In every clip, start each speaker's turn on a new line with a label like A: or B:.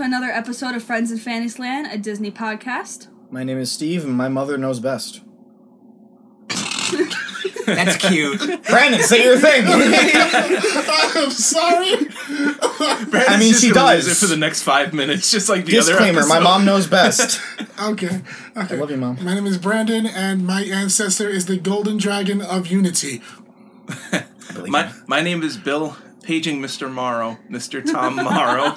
A: another episode of Friends in Fantasyland, a Disney podcast.
B: My name is Steve, and my mother knows best.
C: That's cute.
B: Brandon, say your thing.
D: I'm sorry.
B: I mean, she
C: Is it
B: does.
C: for the next five minutes? Just like the
B: Disclaimer:
C: other
B: My mom knows best.
D: Okay. Okay.
B: I love you, mom.
D: My name is Brandon, and my ancestor is the Golden Dragon of Unity.
C: My my name is Bill. Paging Mr. Morrow, Mr. Tom Morrow.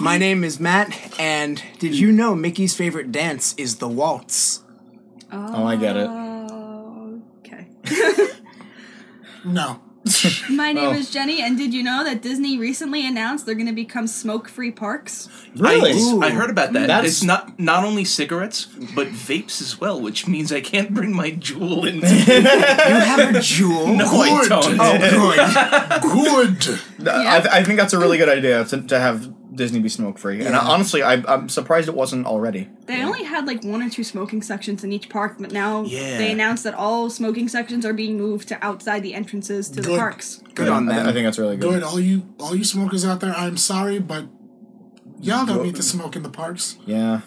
E: My name is Matt, and did you know Mickey's favorite dance is the waltz?
B: Oh, I get it.
A: Uh, Okay.
D: No.
A: My name
B: Oh.
A: is Jenny, and did you know that Disney recently announced they're going to become smoke-free parks?
B: Really?
C: I,
E: Ooh.
C: I heard about that.
B: That's-
C: It's not not only cigarettes, but vapes as well, which means I can't bring my jewel into it.
E: You have a jewel.
C: No, I
D: Good.
C: don't.
E: Oh, good.
D: Good.
B: I, th- I think that's a really good idea to, to have Disney be smoke free. And I, honestly, I, I'm surprised it wasn't already.
A: They only had like one or two smoking sections in each park, but now
C: Yeah.
A: they announced that all smoking sections are being moved to outside the entrances to the
D: Good.
A: parks.
E: Good
B: Yeah,
E: on
B: I,
E: them.
B: I think that's really good.
D: Good. All you, all you smokers out there, I'm sorry, but y'all don't need to smoke in the parks.
B: Yeah.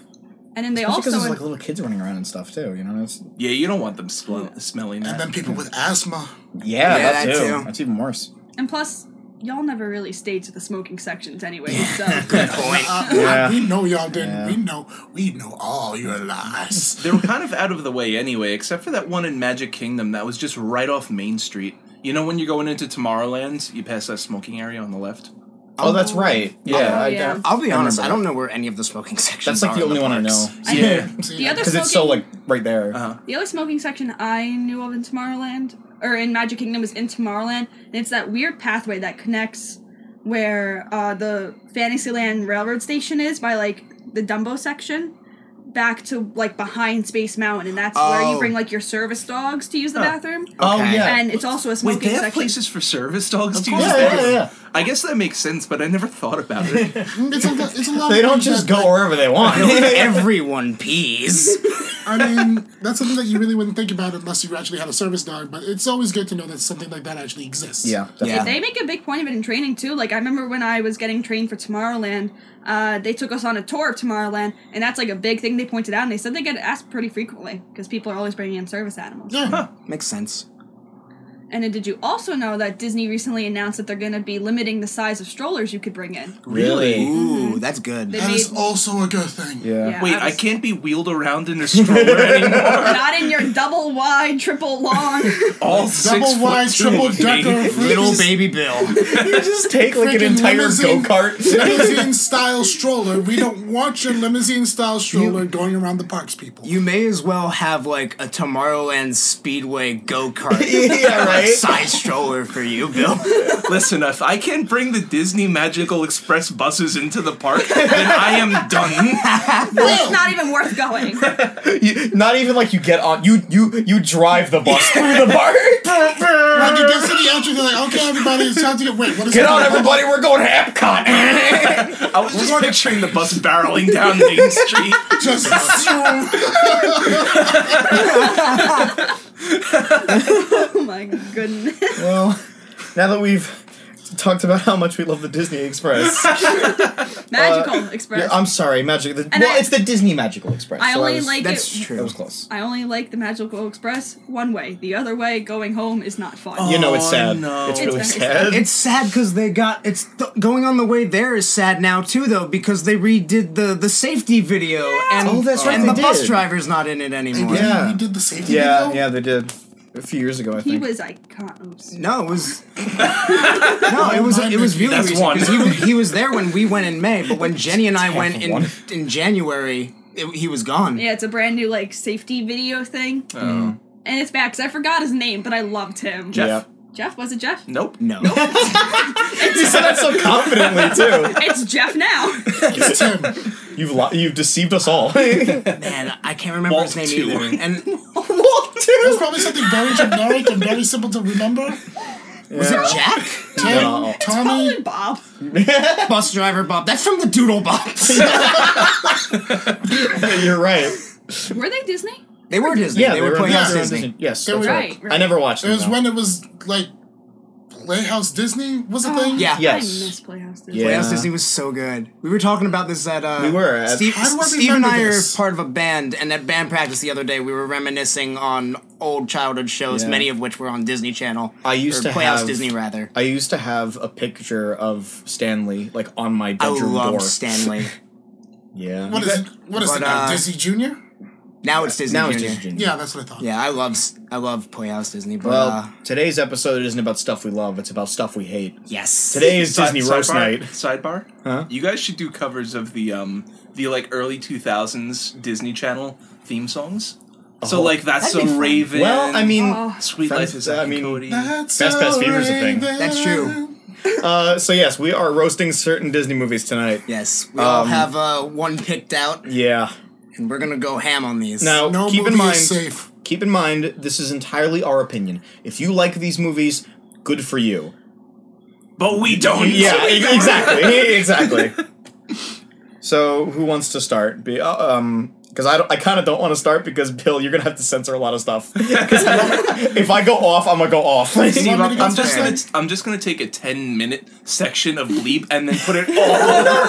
A: And then they
B: Especially because
A: also
B: there's like little kids running around and stuff too. You know. It's,
C: Yeah, you don't want them smell- smelling
D: And
C: that.
D: then people with asthma.
B: yeah,
E: Yeah,
B: that,
E: that
B: too.
E: too.
B: That's even worse.
A: and plus y'all never really stayed to the smoking sections anyway. So
D: Uh,
B: Yeah.
D: We know y'all didn't.
B: Yeah.
D: We know. We know all your lies.
C: They were kind of out of the way anyway, except for that one in Magic Kingdom that was just right off Main Street. You know when you're going into Tomorrowland, you pass that smoking area on the left?
B: Oh, that's right. Yeah.
A: Oh,
B: I,
A: yeah.
E: I'll be honest,
B: remember that.
E: I don't know where any of the smoking sections
B: that's like
E: are
B: the only
E: in
B: one I
E: parks.
B: know.
C: Yeah.
D: See,
A: the other
B: Because
A: smoking,
B: it's so like right there.
C: Uh-huh.
A: the other smoking section I knew of in Tomorrowland or in Magic Kingdom was in Tomorrowland, and it's that weird pathway that connects where uh, the Fantasyland Railroad Station is by like the Dumbo section back to like behind Space Mountain, and that's where you
E: Oh.
A: bring like your service dogs to use the bathroom.
B: Oh
E: Okay.
B: yeah.
A: And it's also a
C: Wait,
A: smoking
C: they have
A: section.
C: places for service dogs to
B: course.
C: use
B: Yeah,
C: there?
B: yeah, yeah.
C: I guess that makes sense, but I never thought about it.
D: It's a, lo- it's a lot
B: they
D: of
B: don't
D: things
B: just
D: that,
B: go
D: like,
B: wherever they want.
E: Everyone pees.
D: I mean, that's something that you really wouldn't think about unless you actually had a service dog. But it's always good to know that something like that actually exists.
B: yeah. Definitely.
E: Yeah.
A: They make a big point of it in training too. Like I remember when I was getting trained for Tomorrowland, uh, they took us on a tour of Tomorrowland, and that's like a big thing they pointed out. And they said they get asked pretty frequently because people are always bringing in service animals.
D: Yeah.
E: Makes sense.
A: And then did you also know that Disney recently announced that they're going to be limiting the size of strollers you could bring in?
B: Really?
E: Ooh, that's good.
A: They
D: That is
A: made-
D: also a good thing.
B: Yeah.
A: Yeah,
C: Wait,
A: I
C: I
A: was-
C: can't be wheeled around in a stroller anymore.
A: Not in your double wide, triple long.
C: All
D: Double
C: six
D: wide,
C: foot two
D: triple
C: of me.
D: decker,
E: Little baby Bill.
B: You just take like an
D: Freaking
B: entire
D: limousine-
B: go kart.
D: limousine style stroller. We don't want your limousine style stroller going around the parks, people.
E: You may as well have like a Tomorrowland Speedway go kart
B: yeah. Right.
E: side stroller for you, Bill.
C: Listen, if I can't bring the Disney Magical Express buses into the park, then I am done.
A: it's not even worth going.
B: You- not even like you get on you you you drive the bus through the bar.
D: Like, you get to the entrance, they're like, okay, everybody, it's time to get. Wait, what is
B: get
D: it?
B: on everybody, we're going to Epcot.
C: I was just picturing the bus barreling down Main Street.
D: Just
A: Oh my goodness.
B: well, now that we've talked about how much we love the Disney Express.
A: Magical Express.
B: Yeah, I'm sorry, Magic. The,
A: And
B: well,
A: I-
B: it's the Disney Magical Express.
A: I
B: so
A: only
B: was-
A: like
E: That's
A: it.
B: That
E: true.
B: was close.
A: I only like the Magical Express one way. The other way, going home, is not fun.
B: You know it's
C: Oh,
B: sad.
C: no.
B: It's
C: It's
B: really
A: very
B: sad.
E: It's sad because they got it's th- going on the way there is sad now too though because they redid the the safety video and
B: Oh, that's right,
E: and
B: they
E: the bus
B: did.
E: driver's not in it anymore.
B: Yeah.
D: We did the safety
B: yeah,
D: video?
B: yeah, they did a few years ago. I
A: He
B: think.
A: was iconic.
E: No, it was no, it was it was really
C: That's
E: recent
C: one.
E: 'cause he was he was there when we went in May, but when Jenny and I went in
B: one.
E: in January, it, he was gone.
A: Yeah, it's a brand new like safety video thing,
C: Oh.
A: and it's back. Cause I forgot his name, but I loved him.
C: Jeff?
B: Yeah.
A: Jeff was it Jeff?
C: Nope.
E: No,
B: You said that so confidently too.
A: It's Jeff now.
D: It's Tim.
B: You've li- you've deceived us all. Walt
E: man, I can't remember
C: Walt
E: his name
C: too.
E: either. And
D: It's
B: too.
D: probably something very generic and very simple to remember.
E: was it Jack?
D: Tim,
B: No.
D: Tommy,
A: Bob.
E: Bus driver Bob. That's from the Doodle Bops.
B: You're right.
A: Were they Disney?
E: they were Disney.
B: Yeah,
E: they, were
B: on-
E: playing
B: yeah,
E: as
B: they were on
E: Disney.
B: Disney. Yes,
D: were-
B: that's
A: Right,
B: I
A: right.
B: never watched
D: it
B: them.
D: was
B: though.
D: when it was like Playhouse Disney was a thing.
E: Yeah.
A: I
B: Yes.
A: miss Playhouse Disney.
B: Yeah.
E: Playhouse Disney was so good. We were talking about this at uh
B: We were at-
E: Steve,
D: How do I
E: Steve and I
D: remember
E: are
D: this?
E: part of a band, and at band practice the other day we were reminiscing on old childhood shows,
B: Yeah.
E: many of which were on Disney Channel.
B: I used
E: or
B: to
E: Playhouse
B: have-
E: Disney rather.
B: I used to have a picture of Stanley like on my
E: I
B: bedroom door.
E: love Stanley.
B: Yeah.
D: What
B: You
D: is
B: got-
D: it? What is
E: But,
D: it now?
E: uh,
D: Disney Junior?
E: Now it's Disney
B: now it's
E: Junior.
B: just Junior.
D: Yeah, that's what I thought.
E: Yeah, I love s- I love Playhouse Disney, but
B: Well,
E: uh,
B: today's episode isn't about stuff we love; it's about stuff we hate.
E: yes.
B: Today is Disney
C: Si-
B: roast
C: sidebar,
B: night.
C: Sidebar.
B: Huh?
C: You guys should do covers of the um the like early two thousands Disney Channel theme songs. So
B: Oh,
C: like that's
E: that'd be
C: so
E: fun.
C: Raven.
B: Well, I mean,
A: Oh.
C: Sweet
B: Friends-
C: Life is
B: I
C: Zack
B: mean,
C: and Cody.
D: That's
B: Best Past
D: a
B: Fever's a thing.
D: raven.
E: That's true.
B: uh, so yes, we are roasting certain Disney movies tonight.
E: Yes, we all
B: Um,
E: have uh, one picked out,
B: Yeah.
E: and we're gonna go ham on these.
B: Now,
D: No
B: keep in
D: movie
B: mind,
D: is safe.
B: keep in mind, this is entirely our opinion. If you like these movies, good for you.
C: but we don't.
B: Yeah, e- exactly, exactly. So, who wants to start? Be, uh, um, because I, don't- I kind of don't want to start because Bill, you're gonna have to censor a lot of stuff. 'Cause I don't- if I go off, I'm gonna go off.
C: Steve,
D: want me
C: I'm,
D: to
C: I'm
D: go
C: just gonna
D: first?
C: I'm just gonna take a ten minute section of bleep and then put it all.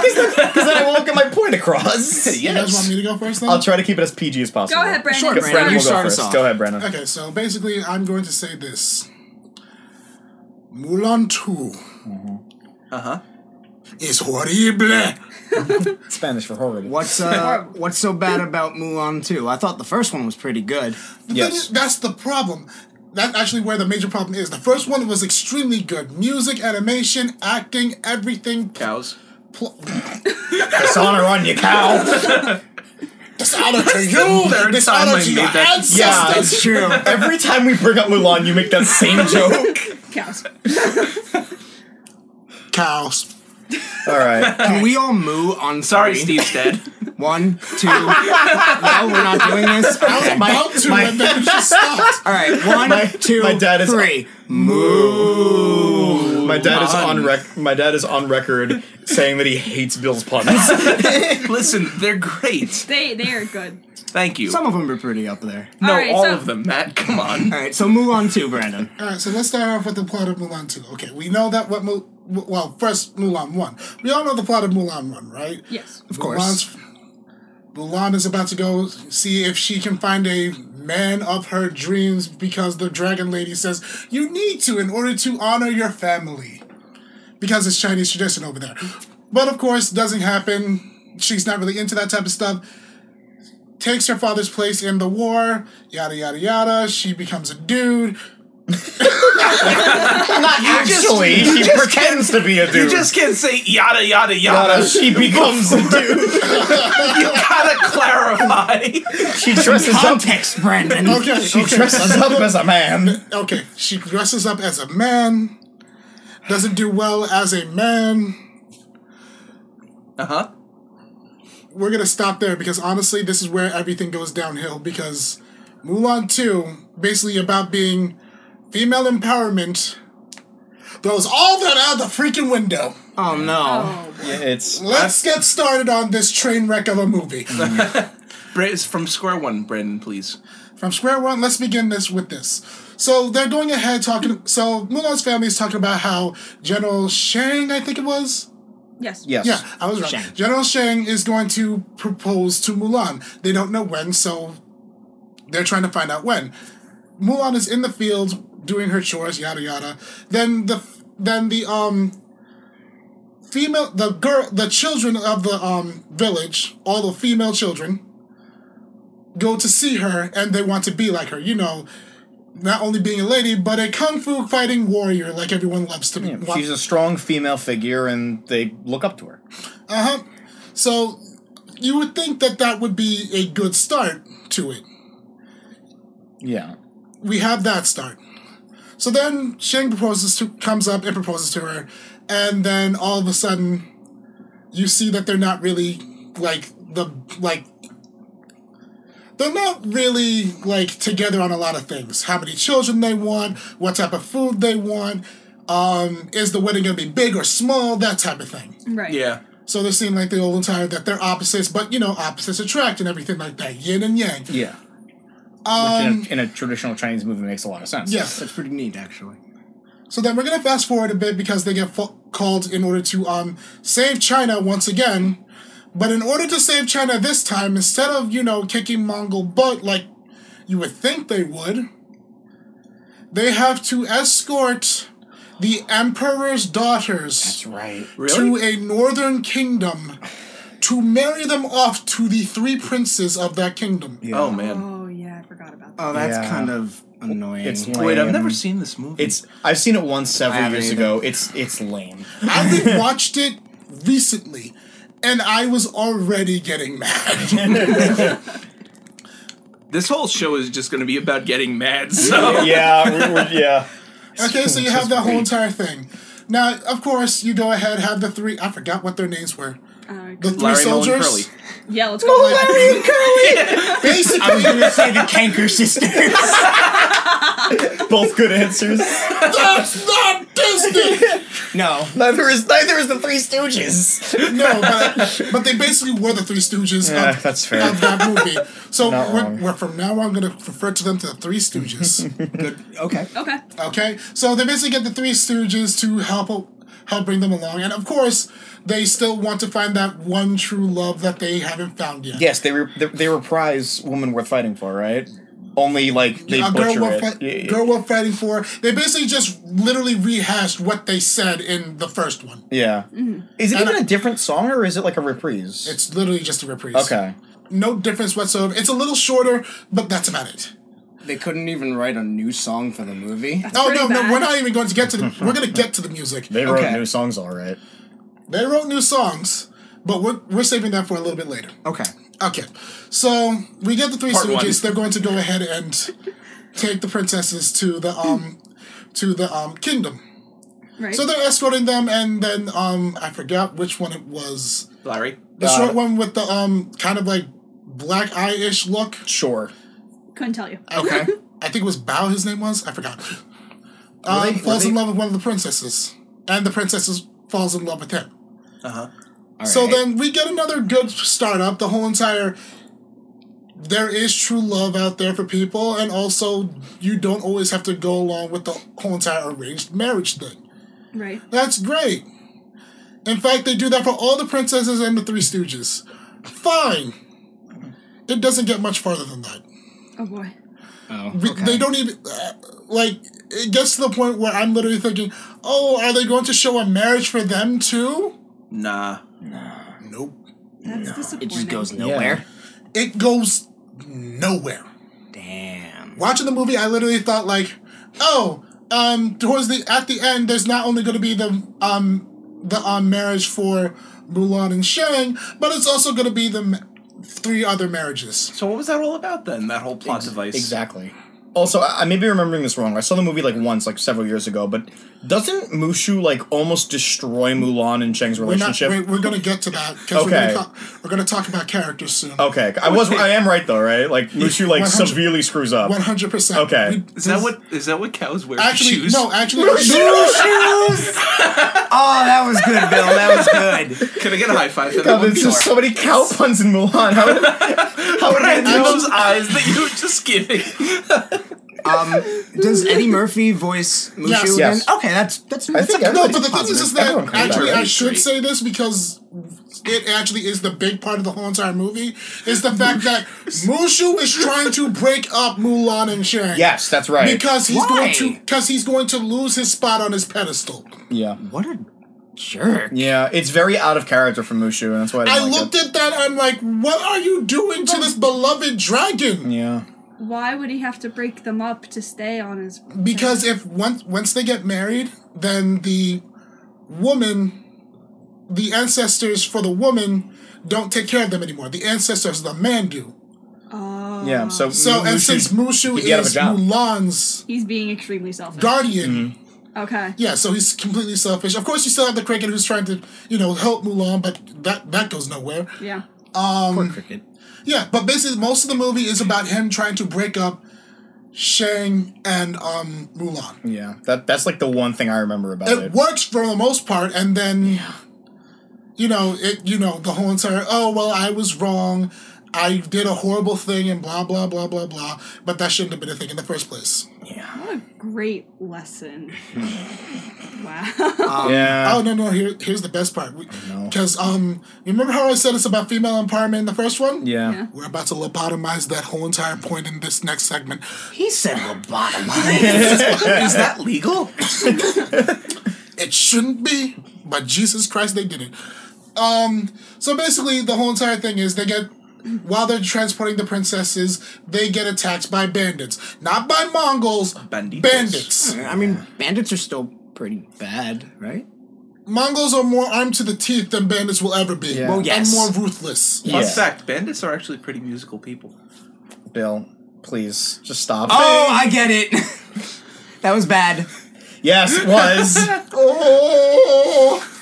B: Because then I won't get my point across.
D: You guys want
C: yes.
D: me to go first? Then?
B: I'll try to keep it as PG as possible.
A: Go ahead, Brandon.
E: Sure,
B: Okay,
A: Sorry.
E: Brandon,
B: Brandon
E: you
B: will go
E: start us
B: first.
E: off.
B: Go ahead, Brandon.
D: Okay, so basically, I'm going to say this: Mulan Two
E: Mm-hmm.
C: Uh
E: Uh-huh.
C: huh.
D: is horrible.
B: Spanish for horrible.
E: what's uh, what's so bad about Mulan 2? I thought the first one was pretty good.
D: The
B: Yes.
D: thing is, that's the problem. That's actually where the major problem is. The first one was extremely good: music, animation, acting, everything.
C: Cows.
D: Pl-
B: Dishonor on you, cow.
D: dishonor to you.
C: third time
D: Dishonor
C: I
D: to
C: made
D: your
C: that-
D: ancestors.
B: Yeah,
E: That's true.
B: Every time we bring up Mulan, you make that same joke.
A: Cows.
D: Cows.
B: All right.
E: Can we all moo on
C: Sorry,
E: three?
C: Steve's dead.
E: One, two. no, we're not doing this.
D: I was
E: Okay.
D: about to,
B: my-
D: and then it just stopped.
E: All right, one,
B: My-
E: two,
B: my dad is-
E: three.
B: My dad is on
C: Mulan.
B: rec- My dad is on record saying that he hates Bill's puns.
C: Listen, they're great.
A: They they are good.
C: Thank you.
E: Some of them are pretty up there.
C: no,
A: Alright,
C: all
A: so-
C: of them, Matt. Come on.
E: All right, so Mulan 2, Brandon.
D: All right, so let's start off with the plot of Mulan 2. Okay, we know that what Mul- well, first Mulan 1. We all know the plot of Mulan 1, right?
A: Yes.
E: Of course.
D: Mulan's, Mulan is about to go see if she can find a man of her dreams because the dragon lady says you need to in order to honor your family because it's Chinese tradition over there. But of course, doesn't happen. She's not really into that type of stuff. Takes her father's place in the war, yada yada yada. She becomes a dude.
B: Not actually. she pretends to be a dude.
C: You just can't say yada yada
B: Uh,
C: yada.
B: she becomes a dude.
C: you gotta clarify.
B: She dresses up.
E: Context, Brandon.
D: Okay,
B: She
D: okay.
B: dresses up as a man.
D: okay, she dresses up as a man, doesn't do well as a man.
C: Uh huh.
D: We're gonna stop there because honestly, this is where everything goes downhill because Mulan 2, basically about being female empowerment, throws all that out the freaking window.
E: Oh, no.
A: Oh,
B: It's
D: Let's get started on this train wreck of a movie.
C: Bra- it's from square one, Brandon, please.
D: From square one, let's begin this with this. So they're going ahead talking. So Mulan's family is talking about how General Shang, I think it was,
A: yes.
B: yes.
D: Yeah, I was right.
E: Shang.
D: General Shang is going to propose to Mulan. They don't know when, so they're trying to find out when. Mulan is in the field doing her chores, yada yada. Then the then the um female the girl the children of the um village, all the female children go to see her and they want to be like her, you know. Not only being a lady, but a kung fu fighting warrior like everyone loves to be.
B: Yeah, She's a strong female figure, and they look up to her.
D: Uh huh. So you would think that that would be a good start to it.
B: Yeah.
D: We have that start. So then Shang proposes to comes up and proposes to her, and then all of a sudden, you see that they're not really like the like. They're not really like together on a lot of things. How many children they want, what type of food they want, um, is the wedding gonna be big or small, that type of thing.
A: Right.
C: Yeah.
D: So they seem like the old and tired that they're opposites, but you know, opposites attract and everything like that, yin and yang. Um,
B: Yeah. Which in, a, in a traditional Chinese movie makes a lot of sense.
D: Yeah.
E: That's pretty neat, actually.
D: So then we're gonna fast forward a bit because they get fu- called in order to um save China once again. But in order to save China this time, instead of you know kicking Mongol butt like you would think they would, they have to escort the emperor's daughters
E: That's right.
C: Really?
D: to a northern kingdom to marry them off to the three princes of that kingdom.
C: Oh man.
A: Oh yeah, I forgot about that.
E: Oh, that's
B: Yeah.
E: kind of annoying.
B: It's
C: Wait, I've
B: lame.
C: never seen this movie.
B: It's I've seen it once
E: I
B: several
E: haven't
B: years ago. It's it's lame.
D: I re- watched it recently, and I was already getting mad.
C: this whole show is just going to be about getting mad. So
B: yeah, we we're, yeah.
D: Okay, so you have that whole entire thing. Now, of course, you go ahead, have the three. I forgot what their names were. The three
C: Larry Mullen
D: soldiers.
C: Curly.
A: Uh, Yeah, let's go.
E: Larry and Curly. I was
D: Basically,
E: gonna say the Canker Sisters.
B: Both good answers.
D: that's not Disney.
E: no,
B: neither is neither is the Three Stooges.
D: No, but, but they basically were the Three Stooges
B: Yeah,
D: of,
B: that's fair.
D: of that movie. So
B: Not
D: we're,
B: wrong.
D: we're from now on going to refer to them to the Three Stooges.
E: good. Okay.
A: Okay.
D: okay, so they basically get the Three Stooges to help help bring them along, and of course, they still want to find that one true love that they haven't found yet.
B: Yes, they were they, they reprise "Woman Worth Fighting For," right? Only like they
D: a girl
B: butcher
D: we're,
B: it.
D: fi-
B: Yeah, yeah.
D: girl we're fighting for. They basically just literally rehashed what they said in the first one.
B: Yeah. Is it
D: Mm-hmm. And
B: even
D: I-
B: a different song or is it like a reprise?
D: It's literally just a reprise.
B: okay.
D: No difference whatsoever. It's a little shorter, but that's about it.
E: They couldn't even write a new song for the movie.
D: Oh
A: pretty
D: no,
A: bad.
D: no, we're not even going to get to the. We're going to get to the music.
B: They
E: wrote
B: wrote
E: Okay. new
B: new songs, all right.
D: They wrote new songs, but we're we're saving that for a little bit later.
E: Okay.
D: Okay, so we get the three
C: Part one.
D: Stooges. They're going to go ahead and take the princesses to the um to the um kingdom.
A: Right.
D: So they're escorting them, and then um I forgot which one it was.
C: Larry.
D: The
B: Uh,
D: short one with the um kind of like black eye ish look.
B: Sure.
A: Couldn't tell you.
D: Okay. I think it was Bao his name was. I forgot. Um,
E: they- were
D: falls in
E: they-
D: love with one of the princesses. And the princesses falls in love with him.
C: Uh
E: Uh-huh.
C: huh.
D: So then we get another good startup, the whole entire there is true love out there for people, and also you don't always have to go along with the whole entire arranged marriage thing.
A: Right.
D: That's great. In fact, they do that for all the princesses and the Three Stooges. Fine. It doesn't get much farther than that.
A: Oh boy.
E: Oh,
D: We- They don't even uh, like. It gets to the point where I'm literally thinking, "Oh, are they going to show a marriage for them too?"
C: Nah.
D: Nope.
A: That's disappointing.
E: It just goes nowhere.
D: It goes nowhere.
E: Damn.
D: Watching the movie, I literally thought like, "Oh, um, towards the at the end, there's not only going to be the um the um marriage for Mulan and Shang, but it's also going to be the ma- three other marriages."
C: So what was that all about then? That whole plot device.
B: Exactly. Also, I I may be remembering this wrong. I saw the movie like once, like several years ago, but doesn't Mushu like almost destroy Mulan and Cheng's
D: We're not.
B: relationship?
D: We're, we're going to get to that because
B: Okay. Oh.
D: we're going we're going to talk about characters soon.
B: okay. I was I am right though, right? Like Mushu like
D: 100
B: severely screws up.
D: One hundred percent.
B: Okay.
C: Is that what is that what cows wear? for
D: Actually,
C: shoes?
D: no. Actually,
E: Oh, that was good, Bill. That was good.
C: Can I get a high five? for that
B: God,
C: one?
B: there's just so many cow puns in Mulan. How would, how would I
C: And
B: know?
C: those eyes that you were just giving.
E: Um, does Eddie Murphy voice Mushu
D: Yes.
E: again?
B: Yes.
E: Okay, that's that's. that's
B: think
E: a-
B: everybody-
D: No, but the thing is,
B: Positive.
D: is that
B: Everyone comes
D: actually
B: back.
D: I should say this because it actually is the big part of the whole entire movie is the fact that Mushu is trying to break up Mulan and Shang.
B: Yes, that's right.
D: Because he's
E: Why?
D: going to because he's going to lose his spot on his pedestal.
B: yeah.
E: what a jerk.
B: Yeah, it's very out of character for Mushu, and that's why I,
D: I
B: didn't like
D: looked
B: it.
D: at that. I'm like, what are you doing to this beloved dragon?
B: Yeah.
A: Why would he have to break them up to stay on his?
D: Because if once once they get married, then the woman, the ancestors for the woman, don't take care of them anymore. The ancestors of the man do.
A: Oh.
B: Yeah. So
D: Uh, So and
B: Mushu-
D: since Mushu
B: he'd get out of
D: is
B: a job. Mm-hmm.
D: Mulan's
A: He's being extremely selfish.
D: guardian,
A: okay.
D: yeah, so he's completely selfish. Of course, you still have the cricket who's trying to you know help Mulan, but that that goes nowhere.
A: Yeah.
E: Poor cricket.
D: Yeah, but basically most of the movie is about him trying to break up Shang and um Mulan.
B: Yeah, that that's like the one thing I remember about
D: it
B: it.
D: works for the most part and then you know it you know the whole entire oh well i was wrong i did a horrible thing and blah blah blah blah blah but that shouldn't have been a thing in the first place
A: What a great lesson. wow.
B: yeah.
D: Oh no no! Here, here's the best part.
B: no.
D: Because um, remember how I said it's about female empowerment in the first one?
B: yeah.
A: Yeah.
D: We're about to lobotomize that whole entire point in this next segment.
E: He said lobotomy.
C: Is that legal?
D: It shouldn't be, but Jesus Christ, they did it. Um, so basically, the whole entire thing is they get while they're transporting the princesses, they get attacked by bandits, not by Mongols.
C: Banditos.
D: Bandits.
E: I mean, bandits are still pretty bad, right?
D: Mongols are more armed to the teeth than bandits will ever be.
B: Yeah. Well,
E: yes.
D: And more ruthless.
C: Fun
B: Yeah.
C: fact: bandits are actually pretty musical people.
B: Bill, please just stop.
E: Oh, I get it. that was bad.
B: yes, it was.
D: Oh.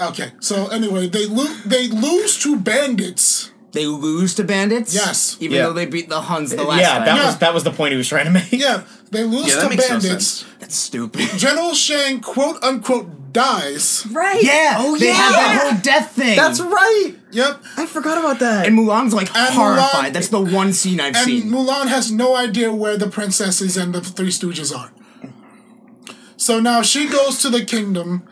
D: Okay. So anyway, they lo- they lose to bandits.
E: They lose to bandits.
D: Yes.
E: Even
B: Yeah.
E: though they beat the Huns the last
B: yeah,
E: time.
B: that
D: Yeah.
B: was that was the point he was trying to make.
D: Yeah, they lose
C: Yeah, that
D: to
C: makes no
D: bandits.
C: sense.
E: That's stupid.
D: General Shang quote unquote dies.
A: Right.
E: Yeah. Oh They had that whole death thing.
B: right.
D: Yep.
B: I forgot about that.
E: And Mulan's like
D: And
E: horrified.
D: Mulan-
E: That's the one scene I've
D: And
E: seen.
D: Mulan has no idea where the princesses and the three stooges are. So now she goes to the kingdom,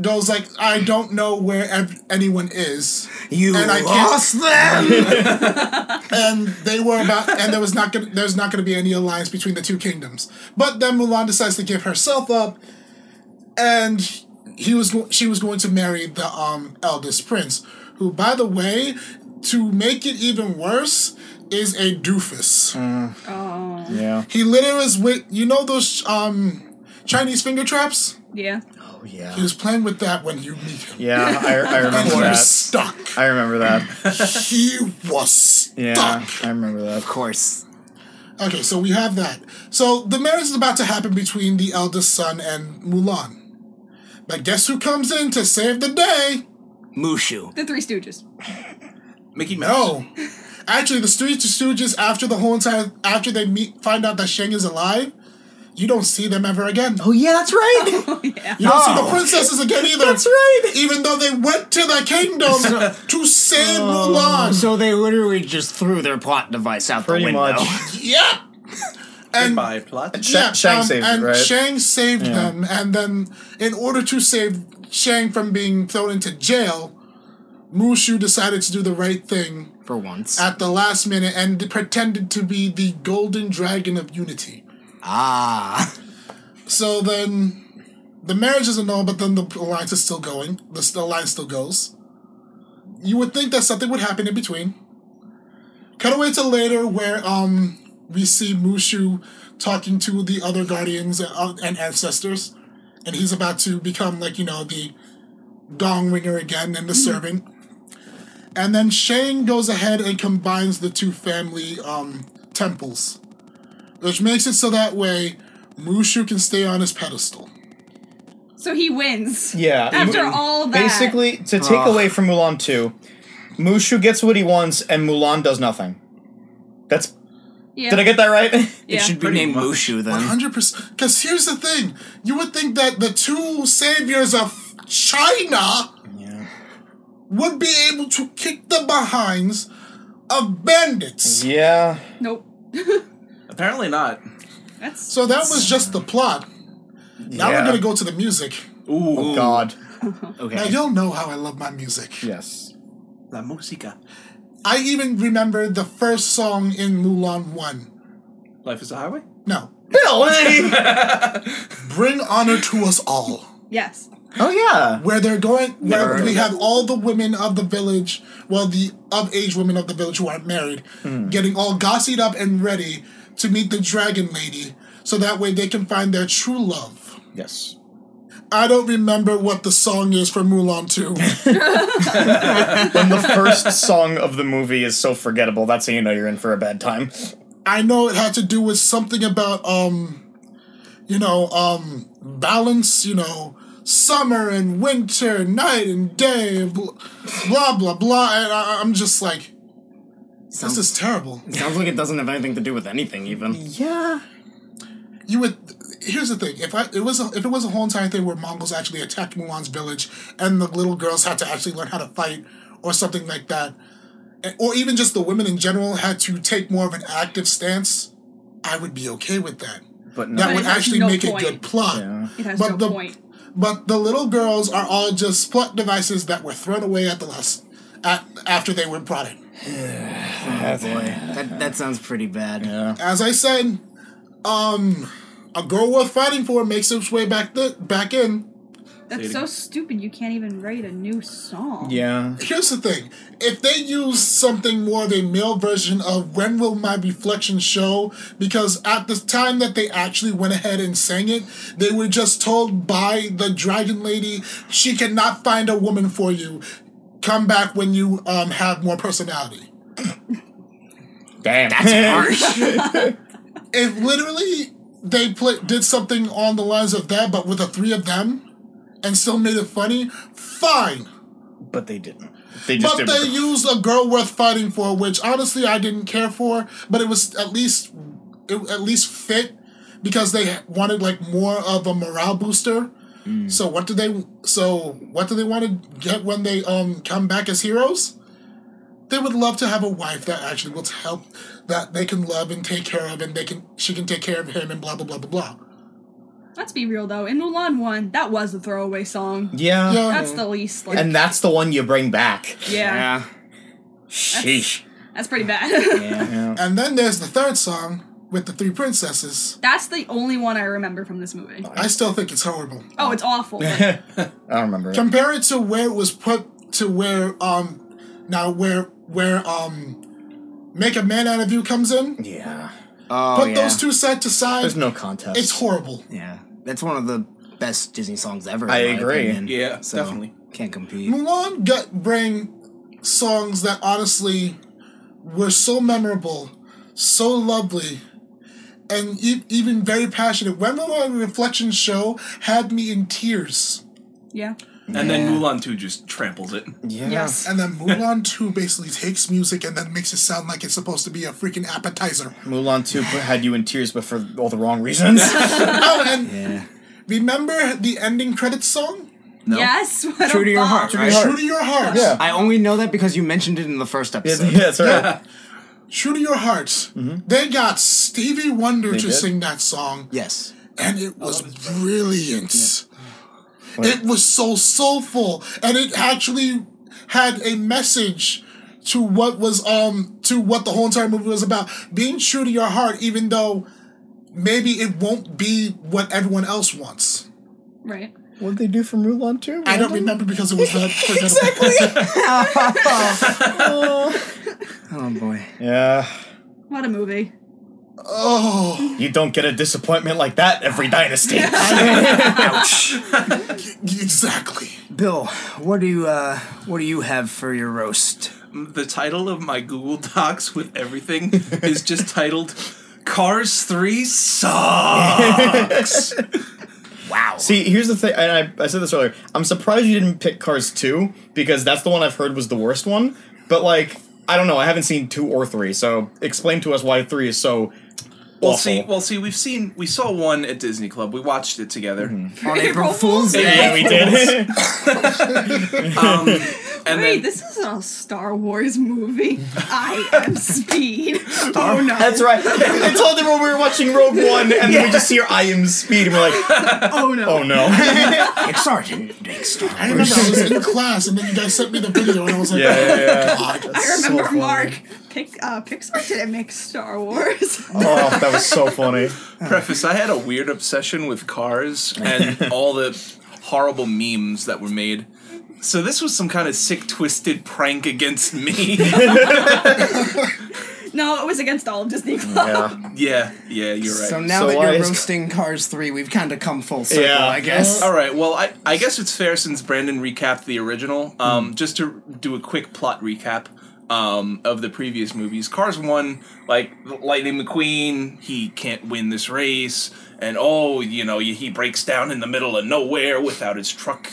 D: goes like, I don't know where ev- anyone is.
E: you
D: and I can't-
E: lost them.
D: and they were about and there was not gonna there's not gonna be any alliance between the two kingdoms. But then Mulan decides to give herself up, and he was go- she was going to marry the um eldest prince, who by the way, to make it even worse, is a doofus.
A: Oh.
B: Yeah.
D: He literally was with you know those um Chinese finger traps.
A: Yeah.
B: Oh
D: He
B: yeah.
D: was playing with that when you meet him.
B: Yeah, I, I
D: And
B: remember
D: he was
B: that.
D: stuck.
B: I remember that.
D: He was stuck.
B: Yeah, I remember that.
E: Of course.
D: Okay, so we have that. So the marriage is about to happen between the eldest son and Mulan. But guess who comes in to save the day?
E: Mushu.
A: The Three Stooges.
C: Mickey Mouse.
D: No. Oh, Actually, the Three Stooges, after the whole entire, after they meet, find out that Shang is alive, you don't see them ever again.
E: Oh yeah, that's right.
A: yeah.
D: You don't see the
E: Oh.
D: princesses again either.
E: That's right.
D: Even though they went to the kingdom to save Mulan.
E: so they literally just threw their plot device out
B: Pretty
E: the window.
B: much.
D: yeah. And um,
C: Goodbye, plot.
B: Sha- Shang saved it,
D: and
B: right?
D: Shang saved them, and then in order to save Shang from being thrown into jail, Mushu decided to do the right thing
E: For once.
D: at the last minute and pretended to be the golden dragon of unity.
E: ah.
D: So then, the marriage is annulled, but then the alliance is still going. The s- the alliance still goes. You would think that something would happen in between. Cut away to later, where um we see Mushu talking to the other guardians uh, and ancestors, and he's about to become like you know the gong ringer again and the servant. And then Shang goes ahead and combines the two family um, temples, which makes it so that way Mushu can stay on his pedestal.
A: So he wins.
B: Yeah.
A: After
B: Mu-
A: all that.
B: Basically, to take
E: Ugh.
B: away from Mulan 2, Mushu gets what he wants and Mulan does nothing. That's.
A: Yeah.
B: Did I get that right?
A: Yeah.
E: It should be
C: Pretty
E: named
C: much.
E: Mushu then.
D: 100%. Because here's the thing you would think that the two saviors of China
B: Yeah.
D: would be able to kick the behinds of bandits.
B: Yeah.
A: Nope.
C: Apparently not.
A: That's
D: So that was just the plot. Now
B: Yeah.
D: we're going to go to the music.
C: Ooh,
B: Oh, God.
D: Now,
E: Okay.
D: y'all know how I love my music.
B: Yes.
C: La música.
D: I even remember the first song in Mulan 1.
C: Life is a highway.
D: No.
B: Bill,
D: Bring honor to us all.
A: yes.
B: Oh, yeah.
D: Where they're going,
E: Never
D: where
E: heard
D: we
E: of
D: have all the women of the village, well, the of age women of the village who aren't married,
E: Hmm.
D: getting all gossied up and ready to meet the dragon lady, so that way they can find their true love.
B: Yes.
D: I don't remember what the song is for Mulan 2.
B: When the first song of the movie is so forgettable, that's how you know you're in for a bad time.
D: I know it had to do with something about, um, you know, um, balance, you know, summer and winter, night and day, and bl- blah, blah, blah. And I, I'm just like, this is terrible.
E: Sounds like it doesn't have anything to do with anything even.
B: Yeah.
D: you would here's the thing if I, it was a, if it was a whole entire thing where Mongols actually attacked Mulan's village and the little girls had to actually learn how to fight or something like that and- or even just the women in general had to take more of an active stance I would be okay with that
B: But no.
D: that
A: But
D: would
A: it has
D: actually
A: no
D: make
A: point.
D: a good plot.
B: Yeah.
A: It has
D: But
A: no
D: the-
A: point.
D: But the little girls are all just plot devices that were thrown away at the lesson at, after they were brought in.
B: boy.
E: That, that sounds pretty bad.
D: As I said, um, a girl worth fighting for makes its way back the back in.
A: That's so stupid. You can't even write a new song.
B: Yeah.
D: Here's the thing: if they use something more of a male version of "When Will My Reflection Show," because at the time that they actually went ahead and sang it, they were just told by the Dragon Lady, "She cannot find a woman for you. Come back when you um, have more personality."
B: Damn.
D: if literally they play, did something on the lines of that, but with the three of them, and still made it funny, fine.
B: but they didn't. They just
D: But
B: did what
D: they
B: the-
D: used a girl worth fighting for, which honestly I didn't care for, but it was at least it at least fit because they wanted like more of a morale booster.
B: Mm.
D: So what do they so what do they want to get when they um come back as heroes? They would love to have a wife that actually will help that they can love and take care of and they can she can take care of him and blah blah blah blah blah.
A: Let's be real though. In Mulan one, that was a throwaway song.
B: yeah.
D: Yeah.
A: That's the least. Like,
B: And that's the one you bring back.
A: yeah,
E: Yeah.
B: Sheesh.
A: that's pretty bad.
B: Yeah.
D: And then there's the third song with the three princesses.
A: That's the only one I remember from this movie.
D: I still think it's horrible.
A: Oh, it's awful. but
B: I don't remember. it.
D: compare it to where it was put to where um now where where um make a man out of you comes in
B: yeah.
E: Oh,
D: put
E: yeah.
D: those two side to side
B: There's no contest.
D: it's horrible
E: Yeah. That's one of the best Disney songs ever. in
B: I
E: my
B: agree.
E: opinion.
C: Yeah,
E: So,
C: definitely.
E: Can't compete.
D: mulan got bring songs that honestly were so memorable so lovely and e- even very passionate when the reflection show had me in tears
A: yeah.
C: And then Mulan 2 just tramples it.
B: yeah.
A: Yes.
D: and then mulan 2 basically takes music and then makes it sound like it's supposed to be a freaking appetizer
B: Mulan 2 put- had you in tears, but for all the wrong reasons.
D: oh and
E: Yeah.
D: Remember the ending credits song?
C: No.
A: Yes. what
E: True
A: a
E: to your heart,
A: bop.
E: right?
D: True to your heart.
B: yeah.
E: I only know that because you mentioned it in the first
B: Yeah,
E: episode.
B: that's right.
D: True to your heart.
E: Mm-hmm.
D: They got Stevie Wonder to
B: did?
D: sing that song,
E: Yes.
D: and it was brilliant. It was so soulful, and it actually had a message to what was um to what the whole entire movie was about. Being true to your heart, even though maybe it won't be what everyone else wants.
A: Right.
B: What did they do for Mulan 2?
D: I don't remember because it was that forgettable.
E: Oh boy.
B: Yeah.
A: What a movie.
D: Oh.
B: You don't get a disappointment like that every dynasty.
D: Exactly.
E: Bill, what do you uh what do you have for your roast?
C: The title of my Google Docs with everything is just titled Cars 3 Sucks.
E: Wow.
B: See, here's the thing, and I, I said this earlier. I'm surprised you didn't pick Cars 2, because that's the one I've heard was the worst one. But, like, I don't know. I haven't seen 2 or 3, so explain to us why 3 is so
C: well,
B: awful.
C: see, well, see, we've seen, we saw one at Disney Club. We watched it together.
B: Mm-hmm.
E: on April Fool's Day.
B: yeah, we did.
C: And
A: Wait,
C: then,
A: this isn't a Star Wars movie. I am Speed. Oh no.
B: That's right. They told them when we were watching Rogue One, and then we just hear I am Speed, and we're like,
A: Oh no.
B: oh no.
E: Like, Sergeant Dick Star
D: I remember I was in class and then you guys sent me the video and I was like, "Oh,
B: Yeah, yeah, yeah.
D: God.
A: I remember Mark. Pic, uh, Pixar didn't make Star Wars.
B: Oh, that was so funny.
C: preface, I had a weird obsession with cars and all the horrible memes that were made. So this was some kind of sick, twisted prank against me.
A: no, it was against all of Disney Club.
B: Yeah.
C: yeah, yeah, you're right.
E: So now
B: So
E: that
B: why
E: you're
B: is-
E: roasting Cars 3, we've kind of come full circle,
B: Yeah.
E: I guess.
C: All right. Well, I, I guess it's fair since Brandon recapped the original. Um, Just to do a quick plot recap um, of the previous movies. Cars one, like Lightning McQueen, he can't win this race, and oh, you know, he breaks down in the middle of nowhere without his truck.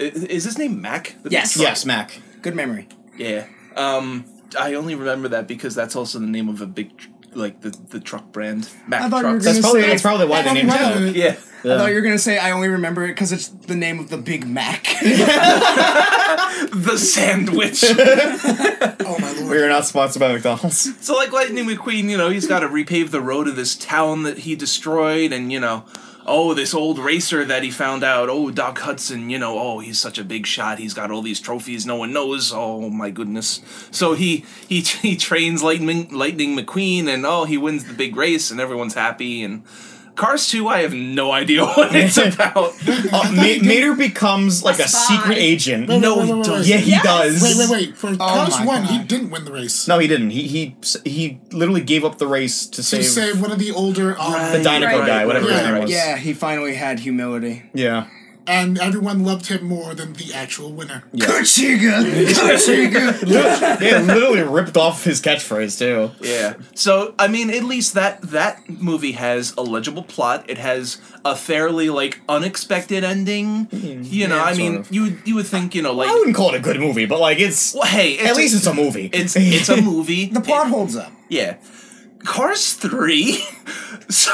C: I- Is his name Mac? The big
E: Yes.
C: truck?
B: Yes, Mac.
E: Good memory.
C: Yeah. Um, I only remember that because that's also the name of a big, tr- like the the truck brand. Mac
E: I thought you were
C: trucks.
E: gonna
B: That's probably
E: say-
B: that's probably why they named it.
C: yeah.
E: I thought you were going to say, I only remember it because it's the name of the Big Mac.
C: The sandwich.
D: Oh my lord.
B: We are not sponsored by McDonald's.
C: So like Lightning McQueen, you know, he's got to repave the road of this town that he destroyed, and you know, oh, this old racer that he found out, oh, Doc Hudson, you know, oh, he's such a big shot. He's got all these trophies no one knows. Oh my goodness. So he he he trains Lightning Lightning McQueen, and oh, he wins the big race, and everyone's happy. And Cars 2, I have no idea what it's about.
B: Uh, Ma- Mater becomes like a,
A: A spy.
B: secret agent.
D: Wait, wait,
C: No,
D: wait,
C: he
D: wait, wait,
C: doesn't.
B: Yeah, he
A: Yes.
B: does.
D: Wait, wait, wait. For Cars
B: my
D: 1, he
B: God.
D: didn't win the race.
B: No, he didn't. He he he literally gave up the race to
D: To
B: save,
D: save one of the older. Um,
B: the Dinoco
A: Right.
B: guy, whatever his
D: Right.
B: name was.
E: Yeah, he finally had humility.
B: yeah.
D: And everyone loved him more than the actual winner.
E: Kachiga! Kachiga!
B: Yeah, literally ripped off his catchphrase too.
C: Yeah. So I mean, at least that that movie has a legible plot. It has a fairly like unexpected ending. You know, I mean,
B: Mm-hmm. sort of.
C: you would you would think you know like
B: I wouldn't call it a good movie, but like it's
C: well, hey, it's
B: at least it's a movie.
C: it's it's a movie.
E: the plot holds up.
C: yeah. Cars three. so,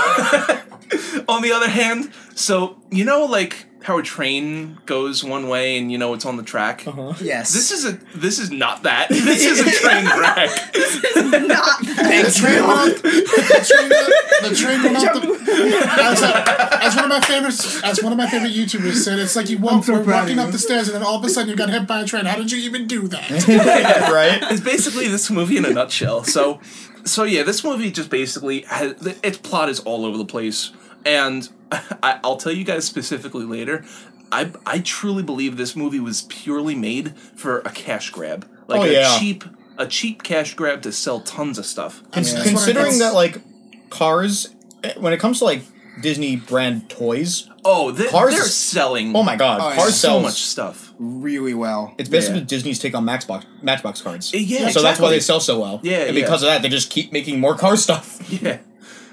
C: on the other hand, so you know like how a train goes one way and you know it's on the track.
B: Uh-huh.
E: Yes.
C: This is a this is not that. This is a train wreck.
D: The train went off. The train went, the train went off. The, as, a, as one of my favorite, as one of my favorite YouTubers said, it's like you walk,
E: so
D: we're
E: proud of
D: walking
E: you.
D: up the stairs, and then all of a sudden you got hit by a train. How did you even do that?
B: right.
C: It's basically this movie in a nutshell. So, so yeah, this movie just basically has, its plot is all over the place, and I, I'll tell you guys specifically later. I I truly believe this movie was purely made for a cash grab, like
B: Oh,
C: a
B: yeah.
C: cheap a cheap cash grab to sell tons of stuff.
D: I mean, that's what I
B: Considering
D: guess.
B: that like cars, eh, when it comes to like Disney brand toys,
C: Oh, they,
B: Cars
C: they're
B: is-
C: selling
B: oh my god,
E: yeah.
B: cars
C: so
B: sells
C: much stuff.
E: really well.
B: It's basically Disney's take on Matchbox Matchbox cards.
C: Yeah,
B: so that's why
C: exactly.
B: they sell so well.
C: Yeah,
B: and
C: yeah.
B: because of that, they just keep making more car stuff.
C: Yeah.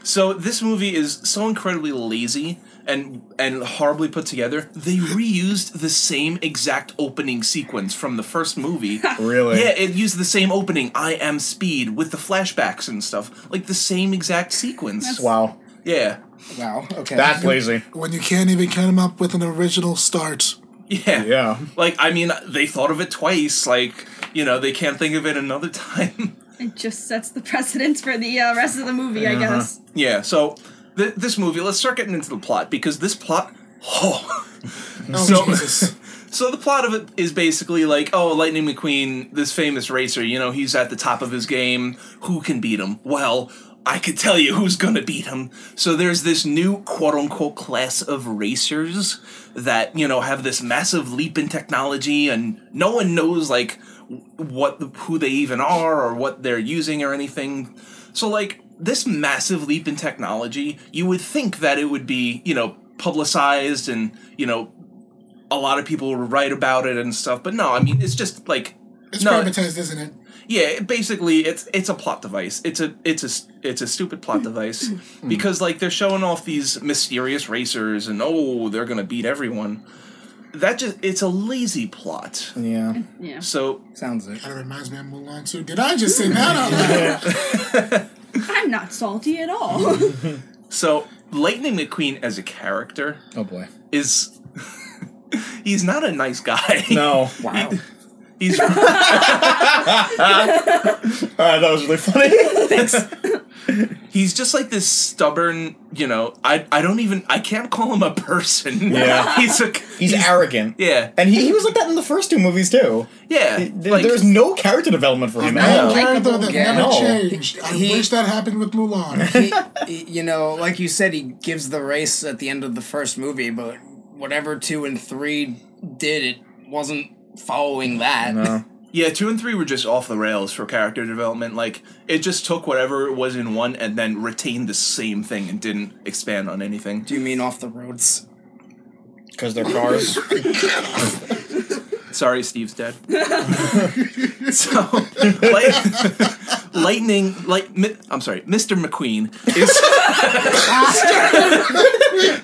C: So this movie is so incredibly lazy and and horribly put together. They reused the same exact opening sequence from the first movie.
B: Really?
C: Yeah, it used the same opening, I am speed, with the flashbacks and stuff. Like the same exact sequence.
B: Wow,
C: Yeah.
E: Wow. Okay.
B: that's lazy.
D: when you can't even come up with an original start.
C: Yeah.
B: Yeah.
C: Like I mean they thought of it twice, like, you know, they can't think of it another time.
A: It just sets the precedence for the uh, rest of the movie, I
B: Uh-huh.
A: guess.
C: yeah, so th- this movie, let's start getting into the plot because this plot oh
D: Oh,
C: So-
D: Jesus.
C: So the plot of it is basically like, oh, Lightning McQueen, this famous racer, you know, he's at the top of his game. Who can beat him? Well, I could tell you who's gonna beat him. So there's this new quote unquote class of racers that, you know, have this massive leap in technology and no one knows like what who they even are or what they're using or anything. So like this massive leap in technology, you would think that it would be, you know, publicized and, you know, a lot of people write about it and stuff, but no, I mean it's just like
D: It's
C: no,
D: privatized, isn't it?
C: yeah. it- Basically, it's it's a plot device. It's a it's a s- it's a stupid plot device because like they're showing off these mysterious racers and oh they're gonna beat everyone. That just it's a lazy plot.
B: Yeah.
A: Yeah.
C: So
E: Sounds it.
D: Kind of reminds me of Mulan too. Did I just say that out loud?
A: I'm not salty at all.
C: so Lightning McQueen as a character
B: Oh boy.
C: is he's not a nice guy.
B: No.
E: Wow.
C: he's
B: All right, that was really funny.
C: he's just like this stubborn. You know, I I don't even I can't call him a person.
B: Yeah.
C: he's a
B: He's, arrogant.
C: yeah
B: And he, he was like that in the first two movies too.
C: yeah.
B: There,
C: like-
B: there's no character development for him at
D: I
B: all.
D: don't care though. That
E: Yeah.
D: never
B: No.
D: changed. I
E: He-
D: wish that happened with Mulan.
E: he, he- you know, like you said, he gives the race at the end of the first movie, but whatever two and three did, it wasn't following that.
C: Yeah, two and three were just off the rails for character development. Like it just took whatever was in one and then retained the same thing and didn't expand on anything.
E: Do you mean off the roads?
B: Because they're cars.
C: Sorry, Steve's dead. so, light, lightning, like mi- I'm sorry, Mr. McQueen is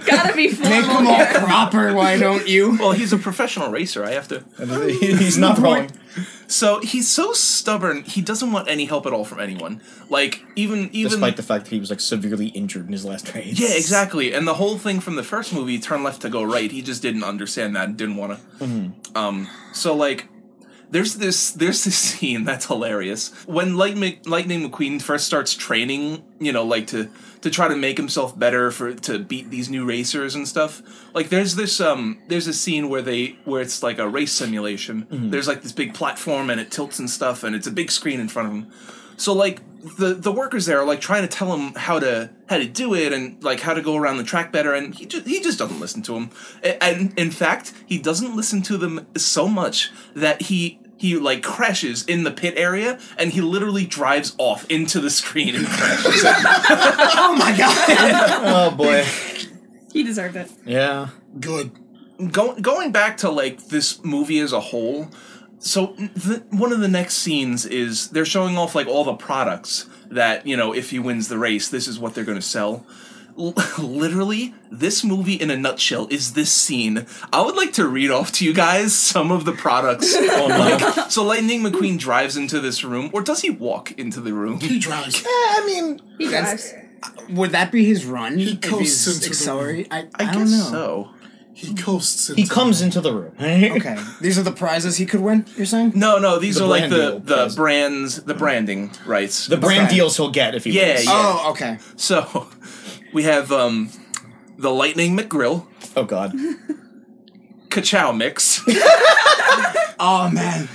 A: Gotta be full.
E: Make them all proper, why don't you?
C: well, he's a professional racer. I have to.
B: He's not wrong.
C: So he's so stubborn. He doesn't want any help at all from anyone. Like even even
B: Despite the fact that he was like severely injured in his last race.
C: Yeah, exactly. And the whole thing from the first movie, turn left to go right, he just didn't understand that and didn't want to. Um, so like, There's this there's this scene that's hilarious when Lightning Lightning McQueen first starts training, you know, like to to try to make himself better for to beat these new racers and stuff. Like there's this um there's a scene where they where it's like a race simulation. There's like this big platform and it tilts and stuff and it's a big screen in front of him. So like the the workers there are like trying to tell him how to how to do it and like how to go around the track better, and he just he just doesn't listen to him. And in fact, he doesn't listen to them so much that he. He like crashes in the pit area, and he literally drives off into the screen and crashes.
E: Oh my god!
B: Oh boy.
A: He deserved it.
B: Yeah.
D: Good.
C: go, going back to like this movie as a whole so th- one of the next scenes is they're showing off like all the products that you know if he wins the race this is what they're going to sell L- literally this movie in a nutshell is this scene i would like to read off to you guys some of the products on, like, so lightning mcqueen drives into this room or does he walk into the room
D: He drives.
E: I mean,
A: He drives.
E: would that be his run? He
D: coasts into the
E: accelerate. I,
C: i,
E: I,
C: guess
E: don't know.
C: so
D: He coasts.
B: He comes into the room.
E: Okay, these are the prizes he could win. You're saying?
C: no no these
B: The
C: are like
B: brand
C: the
B: deal
C: the
B: price.
C: brands the branding rights
B: The brand
E: Okay.
B: deals he'll get if he
C: Yeah,
B: wins.
C: yeah.
E: Oh, okay.
C: So we have um the Lightning McGrill,
B: Oh god.
C: Kachow Mix,
E: Oh man,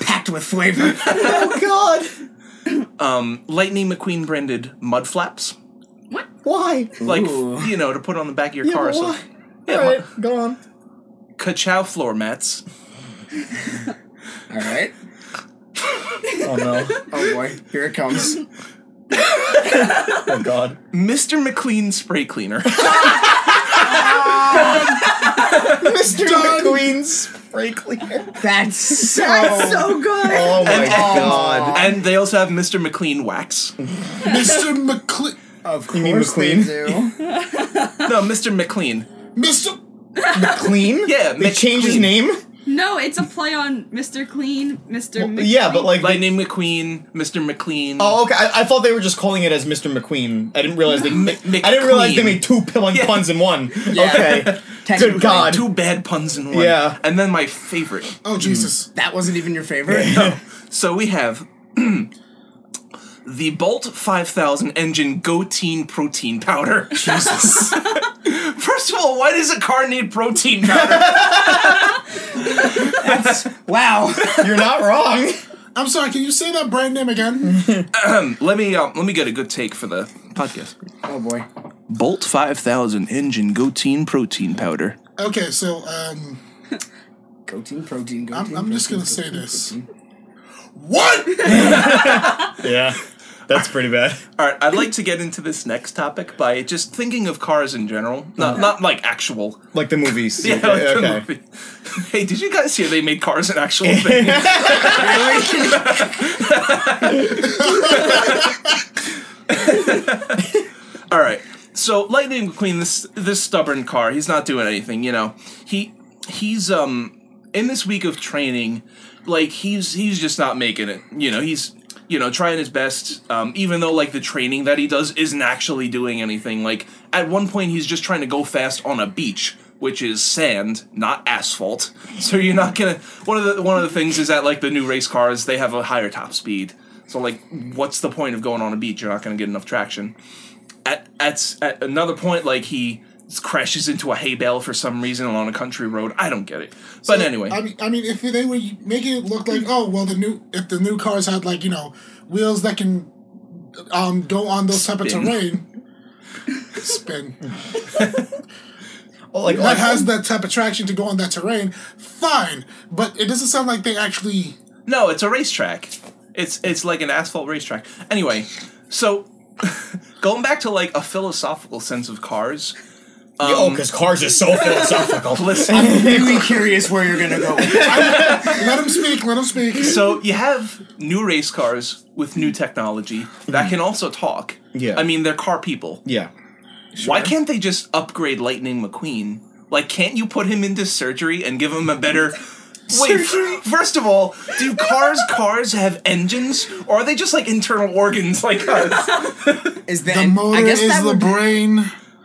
E: packed with flavor.
B: oh god.
C: um, Lightning McQueen branded mud flaps.
B: Why?
C: Like
E: Ooh.
C: you know, to put on the back of your
B: Yeah,
C: car.
B: but
C: So
B: why?
C: yeah,
B: All right, go on.
C: mu- Kachow floor mats,
E: All right.
B: Oh no.
E: Oh boy, here it comes.
B: Oh god.
C: Mr. McLean spray cleaner.
B: Mr. McQueen's spray cleaner.
E: That's so.
A: So good.
B: Oh my
C: And-
B: god.
C: and they also have Mr. McLean wax.
D: Mr. McLean.
E: of
B: You mean
E: course they
B: McLean?
E: do.
C: No, Mr. McLean.
D: Mr.
B: Clean?
C: Yeah,
B: They changed his
C: McQueen.
B: name?
A: No, it's a play on Mr. Clean, Mr.
B: Well,
A: Mc-
B: yeah, but like. they-
C: Lightning McQueen, Mr. McLean.
B: Oh, okay. I, I thought they were just calling it as Mr. McQueen. I didn't realize they.
C: M-
B: I didn't realize they
C: McQueen.
B: made two pun-
C: Yeah.
B: puns in one. Okay.
E: Technically,
B: Good God.
C: Two bad puns in one.
B: Yeah.
C: And then my favorite.
D: Oh Jesus.
E: That wasn't even your favorite.
C: So we have the Bolt 5000 engine goatine protein powder. Jesus. First of all, why does a car need protein powder?
E: That's wow.
B: You're not wrong.
D: I'm sorry. Can you say that brand name again?
C: let me um, let me get a good take for the podcast.
E: Oh boy.
C: Bolt 5000 engine goatine protein powder.
D: Okay. So um,
E: Protein, protein,
D: I'm,
E: protein.
D: I'm just gonna say
E: protein,
D: this.
E: protein.
D: What?
B: Yeah. That's pretty bad.
C: All right, I'd like to get into this next topic by just thinking of cars in general, not not like actual.
B: Like the movies.
C: Yeah,
B: okay.
C: like the
B: okay.
C: movie. Hey, did you guys hear they made cars an actual thing? All right. So Lightning McQueen, this this stubborn car, he's not doing anything. You know, he he's um in this week of training, like he's he's just not making it. You know, he's you know trying his best, um, even though like the training that he does isn't actually doing anything. Like at one point, he's just trying to go fast on a beach. Which is sand, not asphalt. So you're not gonna. One of the one of the things is that like the new race cars, they have a higher top speed. So like, what's the point of going on a beach? You're not gonna get enough traction at at, at another point, like he crashes into a hay bale for some reason on a country road. I don't get it. But anyway,
D: I mean, I mean, if they were making it look like, oh, well, the new if the new cars had like you know wheels that can um go on those type of
C: Spin.
D: terrain, spin
B: Well, Oh, like,
D: that
B: like-
D: has that type of traction to go on that terrain, fine. But it doesn't sound like they actually.
C: no, it's a racetrack. It's it's like an asphalt racetrack. Anyway, so going back to like a philosophical sense of cars.
B: oh, because cars is so philosophical.
C: Listen,
E: Really curious where you're gonna go.
D: Let him speak. Let him speak.
C: so you have new race cars with new technology that can also talk.
B: Yeah.
C: I mean, they're car people.
B: yeah.
C: Why can't they just upgrade Lightning McQueen? Like, can't you put him into surgery and give him a better? Wait, f- first of all, do cars cars have engines, or are they just like internal organs like us?
E: Is that?
D: The motor
E: I guess
D: is
E: that
D: the
E: would,
D: brain.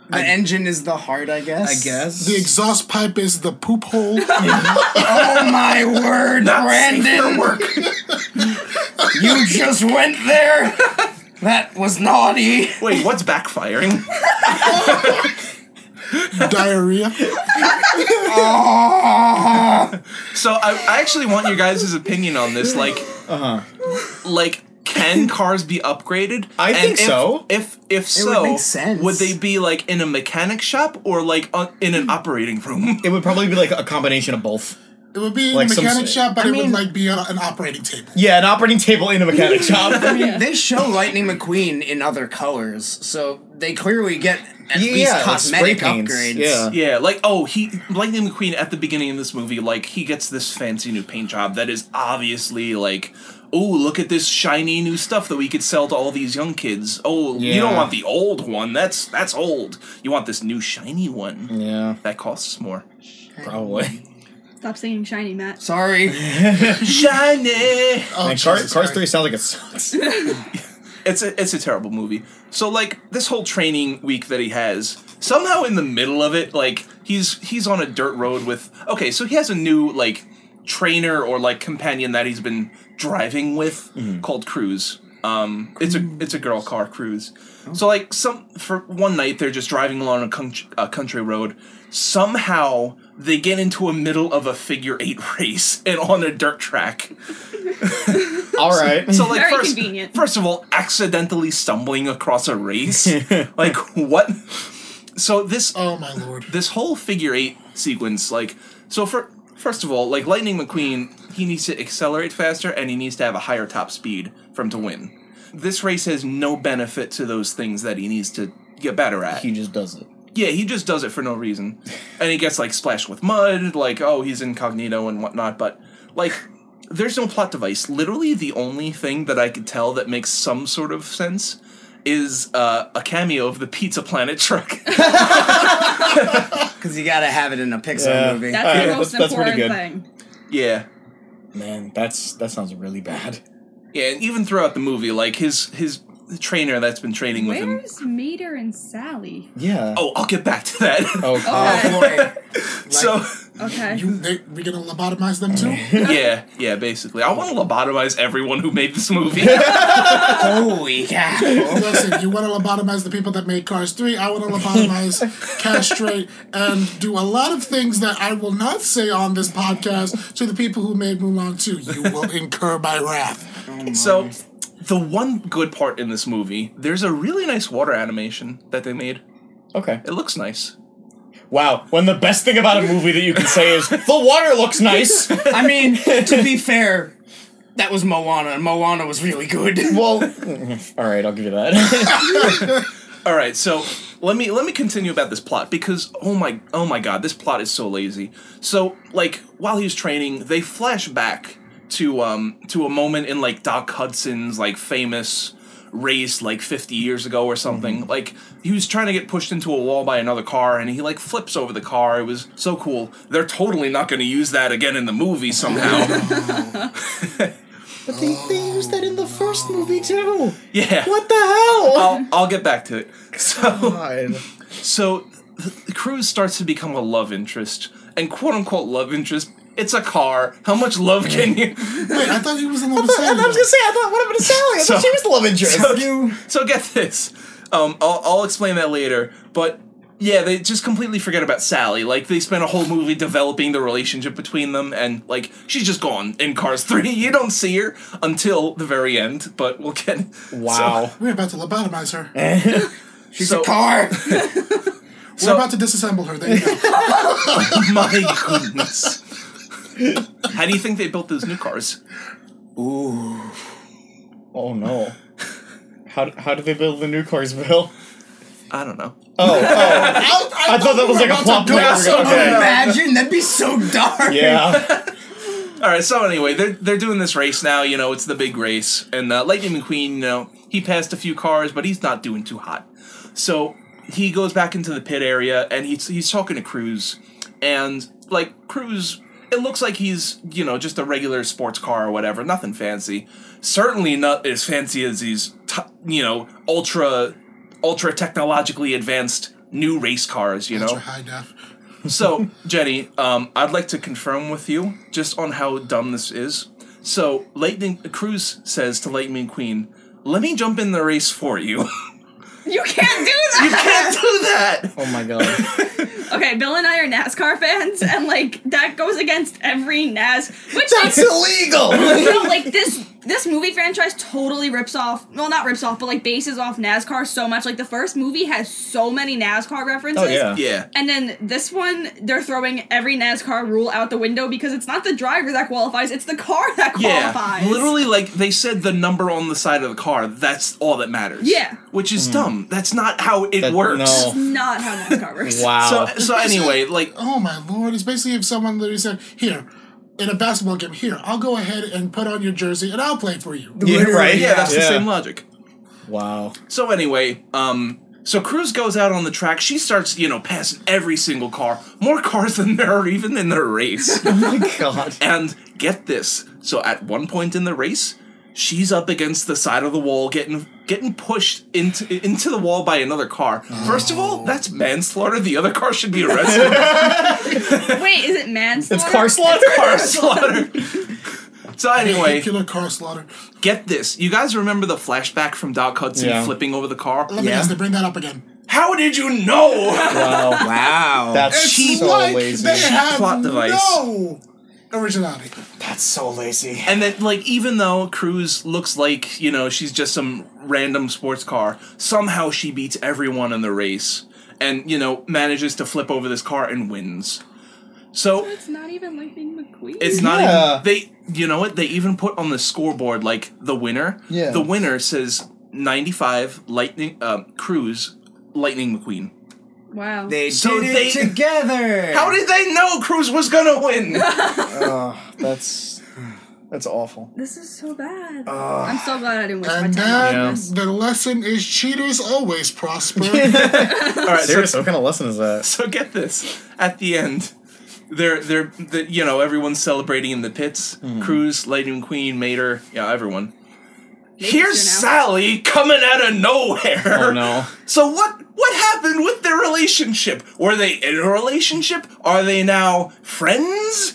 E: The engine is the heart, I
B: I
E: guess.
B: guess.
D: The exhaust pipe is the poop hole.
E: Oh my word,
C: Brandon
E: Brandon! You just went there. That was naughty.
C: Wait, what's backfiring?
D: diarrhea.
C: So I, I actually want your guys' opinion on this. Like,
B: Uh-huh.
C: like can cars be upgraded?
B: I think
C: if,
B: so.
C: If if so,
E: make sense.
C: would they be like in a mechanic shop or like uh, in an operating room?
B: it would probably be like a combination of both.
D: It would be in
B: Like
D: a
B: some
D: mechanic
B: s-
D: shop, but
E: I
D: it
E: mean-
D: would like be on an operating table.
B: Yeah, an operating table in a mechanic shop.
E: They show Lightning McQueen in other colors, so they clearly get at
B: Yeah,
E: least
B: like spray
E: cosmetic
B: paints,
E: upgrades.
B: yeah.
C: yeah, like oh, he Lightning McQueen at the beginning of this movie, like he gets this fancy new paint job that is obviously like. Oh, look at this shiny new stuff that we could sell to all these young kids. Oh, you don't
B: Yeah.
C: want the old one. That's that's old. You want this new shiny one.
B: Yeah,
C: That costs more.
B: probably.
A: Stop singing shiny, Matt.
E: Sorry.
C: Shiny.
D: Oh,
B: and Car-
D: Jesus
B: Cars
D: Christ.
B: 3 sounds like it sucks.
C: It's a it's a terrible movie. So like this whole training week that he has, somehow in the middle of it, like he's he's on a dirt road with okay, so he has a new like trainer or like companion that he's been driving with called Cruz. Um, it's a it's a girl car Cruz. So like some for one night they're just driving along a, country a country road. Somehow they get into a middle of a figure eight race and on a dirt track.
B: All right.
C: So like
A: Very
C: first,
A: convenient.
C: first of all, accidentally stumbling across a race, like what? So this
D: Oh my lord.
C: this whole figure eight sequence, like so for first of all, like Lightning McQueen, he needs to accelerate faster and he needs to have a higher top speed for him to win. This race has no benefit to those things that he needs to get better at.
B: he just does it.
C: Yeah, he just does it for no reason. And he gets like splashed with mud, like, oh, he's incognito and whatnot, but like there's no plot device. Literally the only thing that I could tell that makes some sort of sense is uh, a cameo of the Pizza Planet truck.
E: Because you gotta have it in a Pixar
B: Yeah.
E: movie.
A: That's
B: All right,
A: the most
B: that's- that's pretty
A: important thing.
C: yeah.
B: Man, that's that sounds really bad.
C: Yeah, and even throughout the movie, like his his trainer that's been training with him.
A: Where's Mater and Sally?
B: Yeah.
C: Oh, I'll get back to that.
B: Oh, God.
E: Oh boy.
C: so
A: Okay.
D: You, they, we gonna lobotomize them too?
C: yeah, yeah, basically. I want to lobotomize everyone who made this movie.
E: Holy cow.
D: Listen, you want to lobotomize the people that made Cars 3. I want to lobotomize, castrate, and do a lot of things that I will not say on this podcast to the people who made Mulan 2. You will incur my wrath.
C: So, the one good part in this movie, there's a really nice water animation that they made.
B: Okay.
C: It looks nice.
B: Wow. When the best thing about a movie that you can say is the water looks nice.
E: I mean, to be fair, that was Moana, and Moana was really good.
B: Well, all right, I'll give you that.
C: All right, so let me let me continue about this plot because oh my oh my god, this plot is so lazy. So, like while he's training, they flash back to um to a moment in like Doc Hudson's like famous race like 50 years ago or something. Like he was trying to get pushed into a wall by another car and he like flips over the car. It was so cool. They're totally not going to use that again in the movie somehow.
B: but they, they used that in the first movie too.
C: Yeah.
B: What the hell?
C: I'll, I'll get back to it. So,
B: God.
C: so the Cruz starts to become a love interest, and quote unquote love interest. It's a car. How much love can you?
D: Wait, I thought he was in love with
B: I was gonna
D: Sally.
B: say, I thought, what happened to Sally? I thought
C: So-
B: she was the love interest.
C: So, so get this. Um, I'll, I'll explain that later. But yeah, they just completely forget about Sally. Like they spent a whole movie developing the relationship between them, and like she's just gone in Cars Three. You don't see her until the very end. But we'll get
B: wow.
D: We're about to lobotomize her.
E: She's
C: So-
E: a car.
D: We're about to disassemble her. There you go.
C: My goodness. How do you think they built those new cars?
B: oh no. How, how did they build the new cars, Bill?
C: I don't know.
B: Oh, I thought that was like a plot point. Okay.
E: Oh, Imagine that'd be so dark.
B: Yeah.
C: All right. So anyway, they're they're doing this race now. You know, it's the big race, and uh, Lightning McQueen. You know, he passed a few cars, but he's not doing too hot. So he goes back into the pit area, and he's he's talking to Cruz, and like Cruz, it looks like he's you know just a regular sports car or whatever, nothing fancy. Certainly not as fancy as these t- you know ultra ultra technologically advanced new race cars, you
D: Ultra
C: know?
D: high def.
C: So, Jenny, um, I'd like to confirm with you just on how dumb this is. So, Lightning Cruz says to Lightning Queen, "Let me jump in the race for you."
A: You can't do that.
C: you can't do that.
B: Oh my god.
A: Okay, Bill and I are NASCAR fans, and like that goes against every NAS. Which
B: That's
A: like,
B: illegal!
A: no, like this this movie franchise totally rips off. Well, not rips off, but like bases off NASCAR so much. Like the first movie has so many NASCAR references.
B: Oh, yeah.
C: Yeah.
A: And then this one, they're throwing every NASCAR rule out the window because it's not the driver that qualifies; it's the car that
C: Yeah,
A: qualifies.
C: literally, like they said, the number on the side of the car. That's all that matters.
A: Yeah.
C: which is dumb. That's not how it
B: Hmm. That- no.
C: works.
A: not how NASCAR works.
B: Wow.
C: So, so anyway, like
D: Oh my lord! It's basically if someone literally said, "Here, in a basketball game, here, I'll go ahead and put on your jersey and I'll play for you."
B: yeah, right.
C: yeah, that's the
B: Yeah.
C: same logic.
B: Wow.
C: So anyway, um, so Cruz goes out on the track. She starts, you know, passing every single car, more cars than there are even in the race.
B: Oh my god.
C: and get this: so at one point in the race, she's up against the side of the wall, getting getting pushed into into the wall by another car. First of all, that's manslaughter. The other car should be arrested.
A: Wait, is it manslaughter?
B: It's car slaughter?
C: car slaughter. So anyway,
D: Killer car slaughter.
C: get this. You guys remember the flashback from Doc Hudson
B: Yeah.
C: flipping over the car?
D: Let me ask to bring that up again.
C: How did you know?
B: Wow.
E: Wow.
B: That's
D: It's
B: so
D: like
B: lazy.
D: they have
C: Plot device.
D: no originality.
B: That's so lazy.
C: And then, like, even though Cruz looks like, you know, she's just some random sports car, somehow she beats everyone in the race and, you know, manages to flip over this car and wins. So
A: It's not even Lightning McQueen.
C: it's not
B: Yeah.
C: even. They, you know what? They even put on the scoreboard, like, the winner.
B: Yeah.
C: The winner says 95 Lightning, uh, Cruz, Lightning McQueen.
A: wow.
E: They
C: So
E: did
C: they-
E: it together.
C: How did they know Cruz was gonna win?
B: Oh, that's that's awful.
A: this is so bad. I'm so glad I didn't waste my
D: And
A: time.
D: then
A: on
B: Yeah.
A: this.
D: the lesson is cheaters always prosper.
C: All right, so
B: Seriously, what kind of lesson is that?
C: So get this. At the end, they're they're the, you know everyone's celebrating in the pits.
E: Mm-hmm.
C: Cruz, Lightning Queen, Mater, yeah, everyone. Here's
A: you know.
C: Sally coming out of nowhere.
B: Oh no.
C: So what what happened with their relationship? Were they in a relationship? Are they now friends?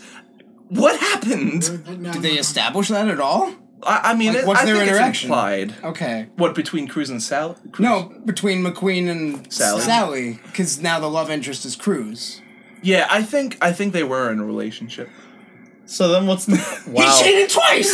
C: What happened?
E: Did they establish that at all?
C: I, I mean,
E: Like,
C: it,
E: what's
C: I
E: their
C: think it's
E: interaction?
C: implied.
E: Okay.
C: What between Cruz and Sally? Cruz?
E: No, between McQueen and
C: Sally.
E: Sally, because now the love interest is Cruz.
C: Yeah, I think I think they were in a relationship.
B: So then what's Wow.
E: twice.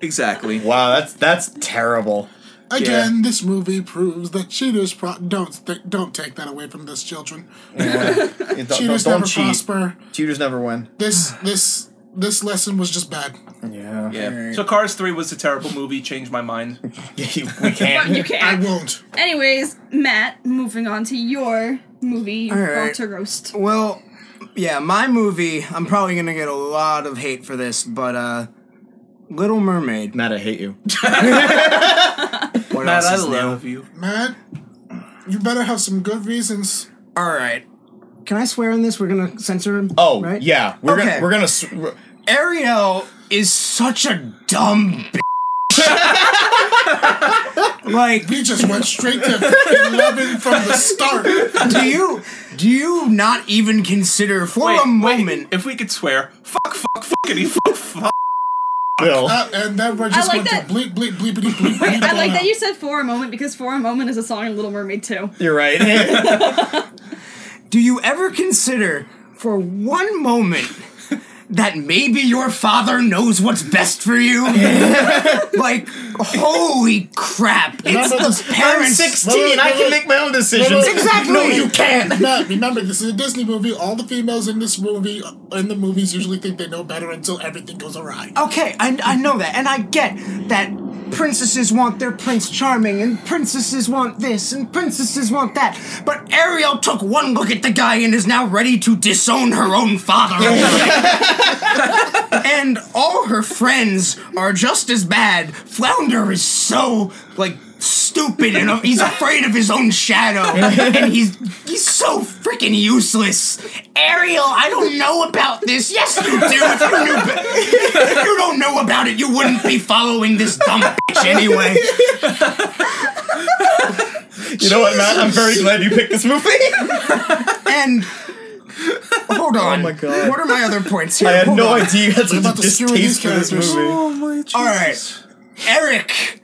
C: Exactly.
B: Wow, that's that's terrible.
D: Again, this movie proves that cheaters pro- don't th- don't take that away from this children.
B: Yeah, don't- don't,
D: Cheaters
B: don't
D: never
B: cheat.
D: prosper.
B: Cheaters never win.
D: This this this lesson was just bad.
B: Yeah.
C: Yeah.
E: Alright.
C: So Cars 3 was a terrible movie, changed my mind.
B: we
A: But you
B: can't.
D: I
A: can't.
D: won't.
A: Anyways, Matt, moving on to your movie,
E: right.
A: Walter Roast.
E: Well, yeah, my movie. I'm probably gonna get a lot of hate for this, but uh, Little Mermaid.
B: Matt, I hate you.
E: What
C: Matt,
E: else
C: I
E: is new?
C: love you.
D: Matt, you better have some good reasons.
E: All right. Can I swear on this? We're gonna censor him.
B: Oh
E: right?
B: yeah, we're
E: Okay.
B: gonna we're gonna. s- we're-
E: Ariel is such a dumb. bitch. like,
D: We just went straight to fucking loving from the start.
E: do you do you not even consider for
C: Oh,
E: a moment?
C: if we could swear, fuck, fuck, fuckity, fuck, fuck.
B: Bill.
D: Uh, and then we're just
A: like
D: going
A: that-
D: to bleep, bleep, bleepity, bleep. bleep
A: I like
D: all
A: that
D: out.
A: you said for a moment because for a moment is a song in Little Mermaid too.
B: You're right.
E: Do you ever consider for one moment that maybe your father knows what's best for you? like, holy crap! It's
D: no,
E: the
D: I'm
B: I'm
E: parents.
B: 16. I can make my own
D: No,
B: decisions.
D: no,
E: Exactly.
D: No, you can't. Matt, remember, this is a Disney movie. All the females in this movie, in the movies, usually think they know better until everything goes awry.
E: Okay, I, I know that, and I get that princesses want their prince charming, and princesses want this, and princesses want that. But Ariel took one look at the guy and is now ready to disown her own father. and all her friends are just as bad. Flounder is so like stupid and he's afraid of his own shadow and he's he's so freaking useless ariel i don't know about this yes you do if you knew be- if you don't know about it you wouldn't be following this dumb bitch anyway
B: You know what, Matt? I'm very glad you picked this movie.
E: And hold on.
B: Oh my God.
E: What are my other points here?
B: I had
E: Hold
B: no
E: on.
B: idea you had such a
D: about the skewer
B: distaste for this
D: these characters?
B: movie.
C: my Jesus.
E: All right. Eric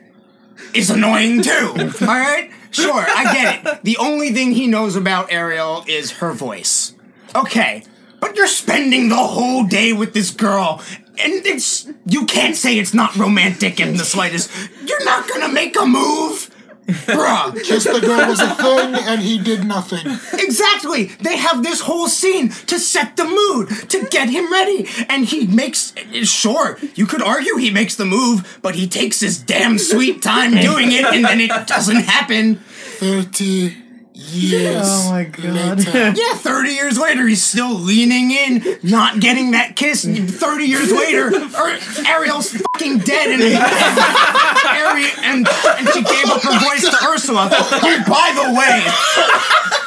E: is annoying too. All right? Sure, I get it. The only thing he knows about Ariel is her voice. Okay. But you're spending the whole day with this girl and it's you can't say it's not romantic in the slightest. You're not going to make a move. Bruh,
D: Kiss the girl was a thing, and he did nothing.
E: Exactly. They have this whole scene to set the mood, to get him ready. And he makes sure, you could argue he makes the move, but he takes his damn sweet time doing it and then it doesn't happen.
D: Thirty years.
B: Oh my God.
D: Later.
E: Yeah, 30 years later he's still leaning in, not getting that kiss. 30 years later, er, Ariel's fucking dead and Ari- and, and she gave up her voice to Ursula. Who, by the way,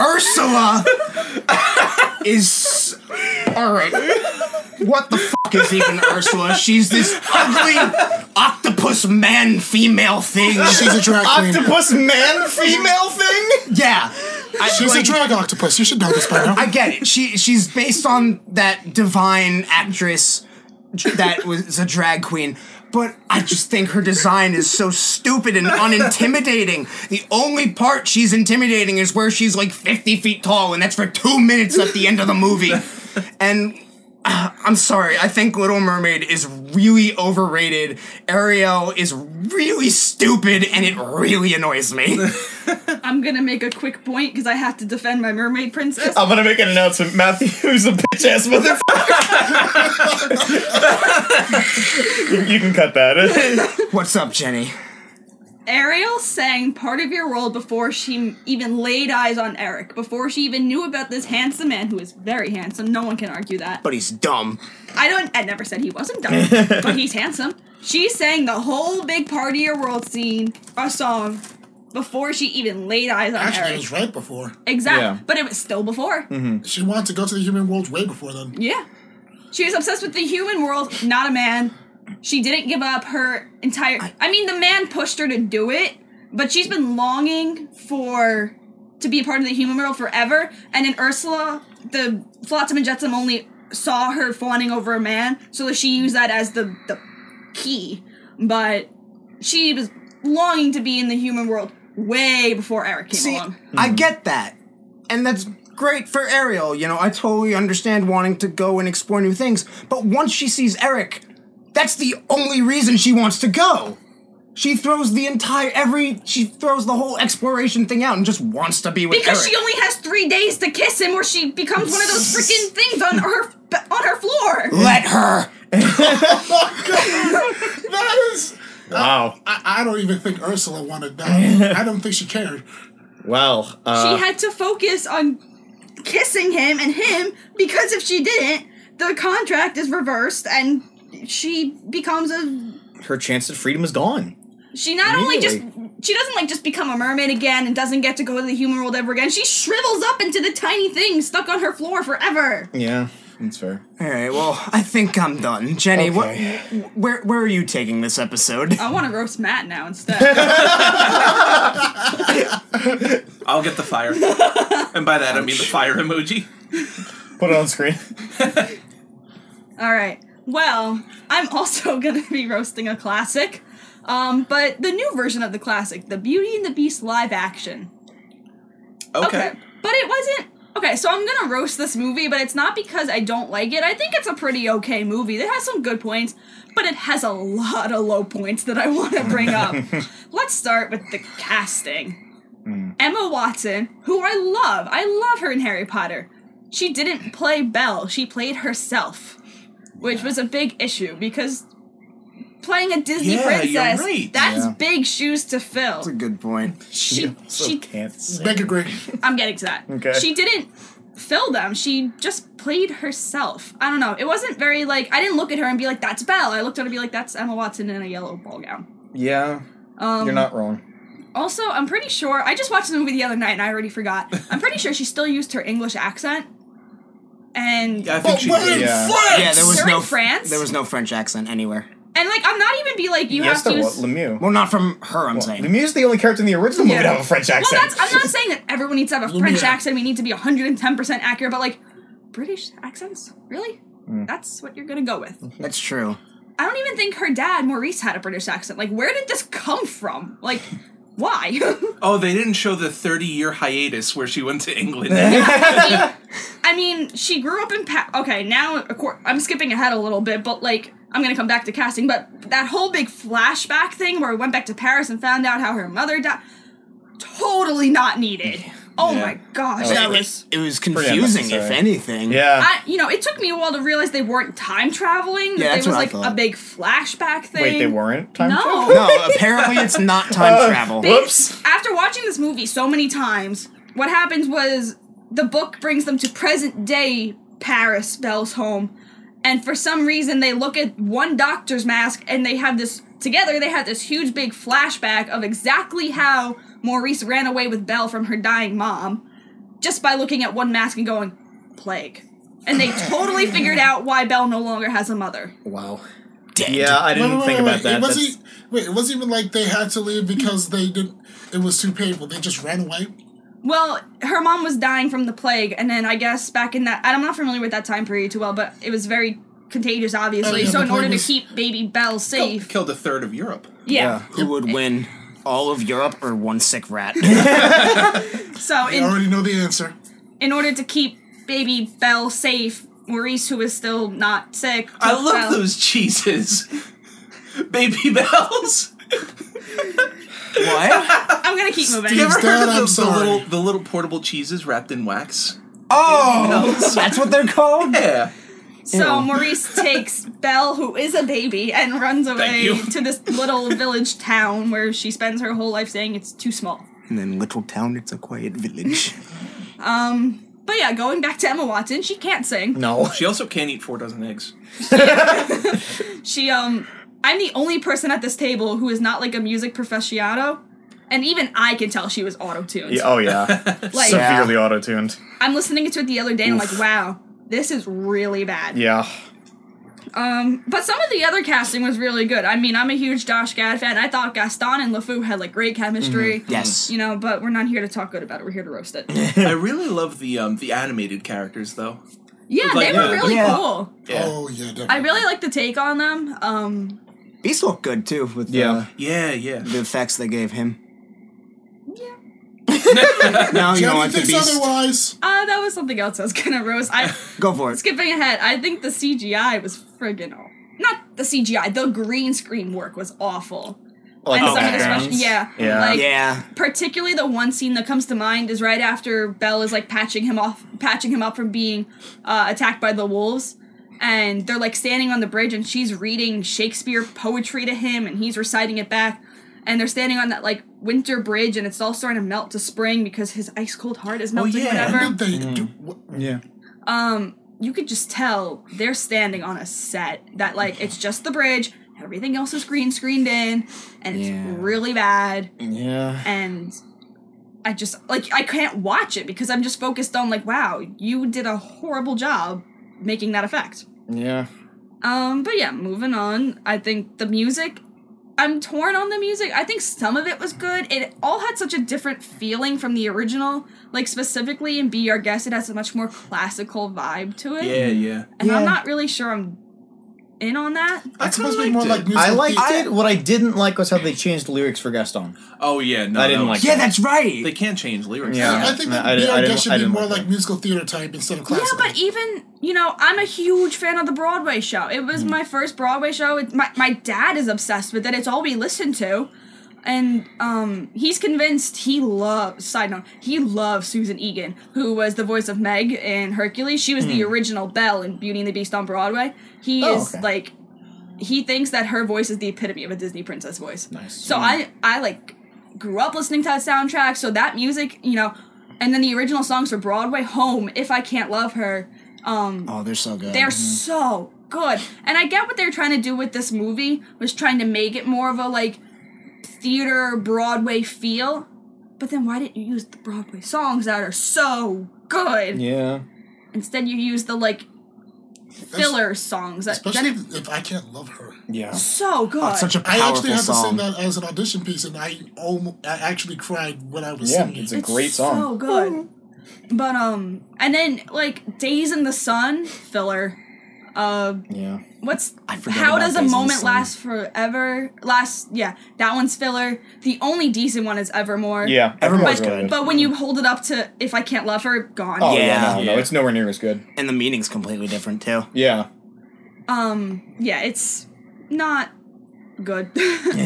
E: Ursula is all right. What the fuck is even Ursula? She's this ugly octopus man female thing.
D: She's a drag queen.
B: Octopus man female thing?
E: Yeah, I-
D: She's
E: like-
D: a drag octopus. You should know this by now.
E: I get it. She she's based on that divine actress that was a drag queen. But I just think her design is so stupid and unintimidating. The only part she's intimidating is where she's like 50 feet tall, and that's for two minutes at the end of the movie. And uh, I'm sorry, I think Little Mermaid is really overrated. Ariel is really stupid, and it really annoys me.
A: I'm gonna make a quick point because I have to defend my mermaid
D: Oh.
A: princess.
B: I'm gonna make an announcement. Matthew's a bitch ass motherfucker. you, you can cut that.
E: What's up, Jenny?
A: Ariel sang part of your world before she m- even laid eyes on Eric, before she even knew about this handsome man who is very handsome. No one can argue that.
E: But he's dumb.
A: I don't. I never said he wasn't dumb, but he's handsome. She sang the whole big part of your world scene, a song, before she even laid eyes on
D: Actually, it
A: Eric.
D: was right before.
A: Exactly,
B: Yeah.
A: but it was still before.
D: She wanted to go to the human world way before then.
A: Yeah. She was obsessed with the human world, not a man. She didn't give up her entire. I, mean, the man pushed her to do it, but she's been longing for to be a part of the human world forever. And in Ursula, the Flotsam and Jetsam only saw her fawning over a man, so that she used that as the the key. But she was longing to be in the human world way before Eric came
E: See,
A: along.
E: I get that. And that's great for Ariel. You know, I totally understand wanting to go and explore new things. But once she sees Eric, that's the only reason she wants to go. She throws the entire every she throws the whole exploration thing out and just wants to be with
A: Because
E: Eric.
A: she only has three days to kiss him, or she becomes one of those freaking things on her on her floor.
E: Let her.
D: That is.
B: wow.
D: I, I don't even think Ursula wanted that. I don't think she cared.
B: Well, uh,
A: she had to focus on kissing him and him because if she didn't, the contract is reversed and she becomes a.
B: her chance at freedom is gone.
A: She not only just she doesn't like just become a mermaid again and doesn't get to go to the human world ever again. She shrivels up into the tiny thing stuck on her floor forever.
B: Yeah, that's fair.
E: All right. Well, I think I'm done. Jenny,
B: Okay.
E: what where where are you taking this episode?
A: I want to roast Matt now instead.
C: I'll get the fire. and by that I mean the fire emoji.
B: Put it on screen.
A: All right. Well, I'm also going to be roasting a classic, um, but the new version of the classic, the Beauty and the Beast live action.
C: Okay.
A: But it wasn't. Okay, so I'm going to roast this movie, but it's not because I don't like it. I think it's a pretty okay movie. It has some good points, but it has a lot of low points that I want to bring up. Let's start with the casting.
C: Hmm.
A: Emma Watson, who I love, I love her in Harry Potter. She didn't play Belle, she played herself which was a big issue because playing a Disney
C: Yeah, you're
A: princess,
C: right.
A: that's
B: Yeah.
A: big shoes to fill.
E: Good point.
A: She,
B: So
A: she,
B: can't sing.
D: Beg agree.
A: I'm getting to that.
B: Okay.
A: She didn't fill them. She just played herself. I don't know. It wasn't very like I didn't look at her and be like, "That's Belle." I looked at her and be like, "That's Emma Watson in a yellow ball gown."
B: Yeah,
A: Um,
B: you're not wrong.
A: Also, I'm pretty sure I just watched the movie the other night and I already forgot. I'm pretty sure she still used her English accent. And
C: I think she
D: we're in
C: did.
B: Yeah.
D: France!
E: Yeah, there was
A: They're
E: no
A: in France?
E: There was no French accent anywhere.
A: And like, I'm not even be like you
B: yes,
A: have
B: there
A: to.
B: was
A: Use, well,
B: Lemieux.
E: Well, not from her, I'm saying.
B: Lemieux's the only character in the original movie to
A: Yeah.
B: have a French accent.
A: that's. I'm not saying that everyone needs to have a French
D: Yeah.
A: accent. We need to be 110 percent accurate, but like, British accents, really?
B: Hmm.
A: That's what you're gonna go with.
E: That's true.
A: I don't even think her dad, Maurice, had a British accent. Like, where did this come from? Like, why?
C: Oh, they didn't show the 30 year hiatus where she went to England.
A: I mean, she grew up in pa- okay. Now, of course, I'm skipping ahead a little bit, but like, I'm gonna come back to casting. But that whole big flashback thing where we went back to Paris and found out how her mother died, totally not needed. Oh
C: Yeah.
A: my gosh,
B: Oh,
A: that
B: it-
A: was.
E: It was uh, confusing, if
B: unnecessary.
E: anything.
B: yeah.
A: I, you know, it took me a while to realize they weren't time traveling. that
E: Yeah, that's
A: it was
E: what I
A: like
E: thought.
A: a big flashback thing.
B: Wait, they weren't time
A: No.
B: travel?
E: No, apparently it's not time
B: Uh,
E: travel.
A: They-
B: Whoops.
A: After watching this movie so many times, what happens was the book brings them to present day Paris, Belle's home, and for some reason they look at one doctor's mask and they have this together. They have this huge big flashback of exactly how Maurice ran away with Belle from her dying mom, just by looking at one mask and going plague. And they totally figured out why Belle no longer has a mother.
B: Wow.
E: Dead.
B: Yeah, I didn't think about that.
D: It wasn't,
B: That's-
D: wait, it wasn't even like they had to leave because they didn't. It was too painful. They just ran away.
A: Well, her mom was dying from the plague, and then I guess back in that I'm not familiar with that time period too well, but it was very contagious, obviously.
D: Oh, yeah,
A: so
D: the
A: in
D: plague
A: order
D: was-
A: to keep baby Belle
C: Kill-
A: safe,
C: Killed a third of Europe.
A: yeah.
E: Who would win? All of Europe or one sick rat?
A: So
D: I
A: in
D: already know the answer.
A: in order to keep baby Belle safe, Maurice, who is still not sick,
C: I
A: took
C: love
A: Belle-
C: those cheeses. Baby bells.
E: what?
A: I'm gonna keep moving.
C: You ever
D: Dad,
C: heard of
D: I'm
C: the, the
D: sorry.
C: little the little portable cheeses wrapped in wax?
E: Oh, that's what they're called.
C: Yeah.
A: So Maurice takes Belle, who is a baby, and runs away
C: you.
A: to this little village town where she spends her whole life saying it's too small.
E: And then little town, it's a quiet village.
A: But yeah, going back to Emma Watson, she can't sing.
B: no.
C: She also can't eat four dozen eggs.
A: She um I'm the only person at this table who is not like a music professionado. And even I can tell she was auto-tuned.
B: Yeah, oh, yeah.
A: like
B: Severely auto tuned.
A: I'm listening to it the other day and I'm like, wow, this is really bad.
B: Yeah.
A: Um but some of the other casting was really good. I mean, I'm a huge Josh Gad fan. I thought Gaston and LeFou had like great chemistry.
E: Mm-hmm. Yes.
A: You know, but we're not here to talk good about it. We're here to roast it.
C: I really love the um the animated characters though.
A: Yeah,
C: Like,
A: they were
C: yeah.
A: really
E: Yeah.
A: cool.
C: Yeah.
D: Oh yeah, definitely.
A: I really like the take on them. Um
E: Beast looked good too with the,
B: Yeah.
C: Yeah, yeah.
E: the effects they gave him.
A: yeah.
E: Now you
D: Jenny
E: know what the
D: thinks
E: beast.
D: otherwise.
A: Uh, that was something else I was gonna roast. I
E: Go for it.
A: Skipping ahead, I think the CGI was friggin' aw- not the CGI. The green screen work was awful.
B: Like
A: and
B: the
A: some of the
B: backgrounds.
A: special, yeah,
B: Yeah.
A: like
E: Yeah.
A: particularly the one scene that comes to mind is right after Belle is like patching him off, patching him up from being uh, attacked by the wolves, and they're like standing on the bridge, and she's reading Shakespeare poetry to him, and he's reciting it back. And they're standing on that like winter bridge, and it's all starting to melt to spring because his ice cold heart is melting.
C: yeah.
A: Whatever.
D: Did
B: Mm.
D: they do? wh-
B: Yeah.
A: um you could just tell they're standing on a set that like it's just the bridge everything else is green screened in and it's
E: Yeah.
A: really bad
B: Yeah.
A: and i just like i can't watch it because i'm just focused on like wow you did a horrible job making that effect
B: Yeah.
A: um but yeah moving on i think the music i'm torn on the music i think some of it was good it all had such a different feeling from the original like specifically in be our guest it has a much more classical vibe to it
C: Yeah, yeah.
A: and I'm
E: Yeah.
A: not really sure I'm in on that.
D: That's supposed to be
C: kinda
D: more
C: liked
D: like
C: it.
D: musical
B: I liked
D: theater.
B: it. What I didn't like was how they changed the lyrics for Gaston.
C: Oh yeah, no.
B: I didn't
C: that
B: like
C: was-
E: Yeah, that's
C: They
E: right.
C: can't change lyrics.
B: Yeah.
D: I think
B: No,
D: that
B: I
D: I,
B: didn't- I didn't- I
D: should be
B: didn't
D: more
B: like
D: like
B: that.
D: musical theater type instead of classical.
A: Yeah, but even you know, I'm a huge fan of the Broadway show. It was my first Broadway show. It, my my dad is obsessed with it. It's all we listen to, and um, he's convinced he loves. Side note, he loves Susan Egan, who was the voice of Meg in Hercules. She was the original Belle in Beauty and the Beast on Broadway. He
B: Hmm. Oh,
A: is
B: okay.
A: like, he thinks that her voice is the epitome of a Disney princess voice.
B: Nice.
A: So I I like grew up listening to that soundtrack, so that music, you know, and then the original songs for Broadway, Home, If I Can't Love Her, um
E: Oh, they're so good.
A: they're so good. And I get what they're trying to do with this movie was trying to make it more of a like theater Broadway feel. But then why didn't you use the Broadway songs that are so good?
B: Yeah.
A: Instead you use the like filler songs that, that
D: Especially
A: are
D: if I can't love her.
B: Yeah.
A: so good.
E: It's such a
D: I
E: powerful
D: actually had to
E: song.
D: sing that as an audition piece, and I almost, I actually cried when I was
B: Yeah,
D: singing.
B: it's
D: it.
B: a great song.
A: So good. But um, and then like Days in the Sun filler. Uh,
B: yeah.
A: what's
E: I forgot
A: how
E: about
A: does a
E: Days in the
A: moment
E: Sun.
A: last forever? Last yeah, that one's filler. The only decent one is Evermore.
B: Yeah.
E: Everyone's
A: But,
E: good.
B: good.
A: but when you hold it up to if I can't love her, gone.
B: Oh yeah,
E: Yeah.
B: no, no,
C: Yeah.
B: it's nowhere near as good.
E: and the meaning's completely different too.
B: Yeah,
A: Um, yeah, it's not good.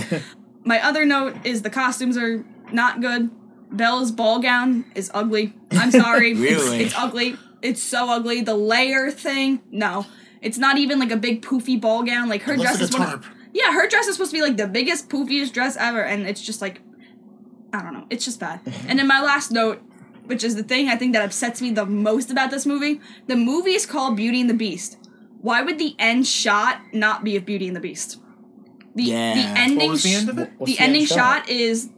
A: My other note is the costumes are not good. Belle's ball gown is ugly. I'm sorry.
E: Really?
A: It's, it's ugly. It's so ugly. The layer thing, no. It's not even like a big poofy ball gown. Like her
D: Looks
A: dress
D: like a
A: is one of-
D: tarp.
A: Yeah, her dress is supposed to be like the biggest, poofiest dress ever, and it's just like I don't know. It's just bad. and then my last note, which is the thing I think that upsets me the most about this movie, the movie is called Beauty and the Beast. Why would the end shot not be of Beauty and the Beast? The
E: Yeah.
A: the
E: What
A: ending
C: What was the
A: sh-
C: end of it?
B: What's
A: the ending shot? is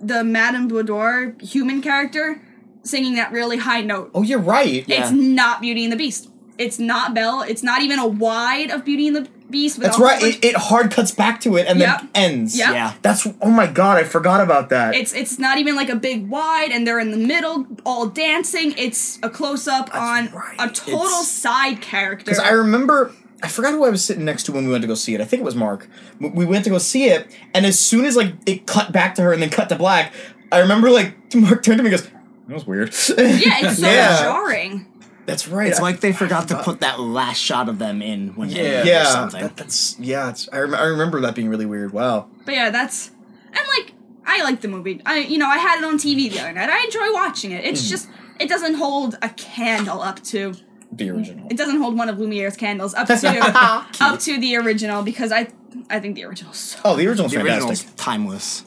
A: the Madame Boudoir human character singing that really high note.
B: Oh, you're right.
E: Yeah.
A: It's not Beauty and the Beast. It's not Belle. It's not even a wide of Beauty and the Beast.
B: That's
A: without-
B: right. It, it hard cuts back to it and
A: Yep.
B: then ends.
A: Yep.
E: Yeah.
B: That's oh my god, I forgot about that.
A: It's it's not even like a big wide, and they're in the middle, all dancing. It's a close up on
E: right.
A: a total
E: It's-
A: side character.
B: Because I remember, I forgot who I was sitting next to when we went to go see it. I think it was Mark. W- We went to go see it, and as soon as like it cut back to her and then cut to black, I remember like Mark turned to me and goes, "That was weird."
A: yeah, it's so
B: Yeah.
A: jarring.
B: that's right.
E: It's
B: I-
E: like they forgot to put that last shot of them in when they
C: Yeah.
E: did
B: yeah,
E: or something.
B: that- that's yeah. It's, I, rem- I remember that being really weird. Wow.
A: But yeah, that's and like I like the movie. I you know I had it on TV the other night. I enjoy watching it. It's just it doesn't hold a candle up to.
B: The
E: Mm-hmm.
B: original.
A: It doesn't hold one of Lumiere's candles up to up to the original because I I think the original's so
B: Oh, the original's
E: The original's
B: fantastic.
E: timeless.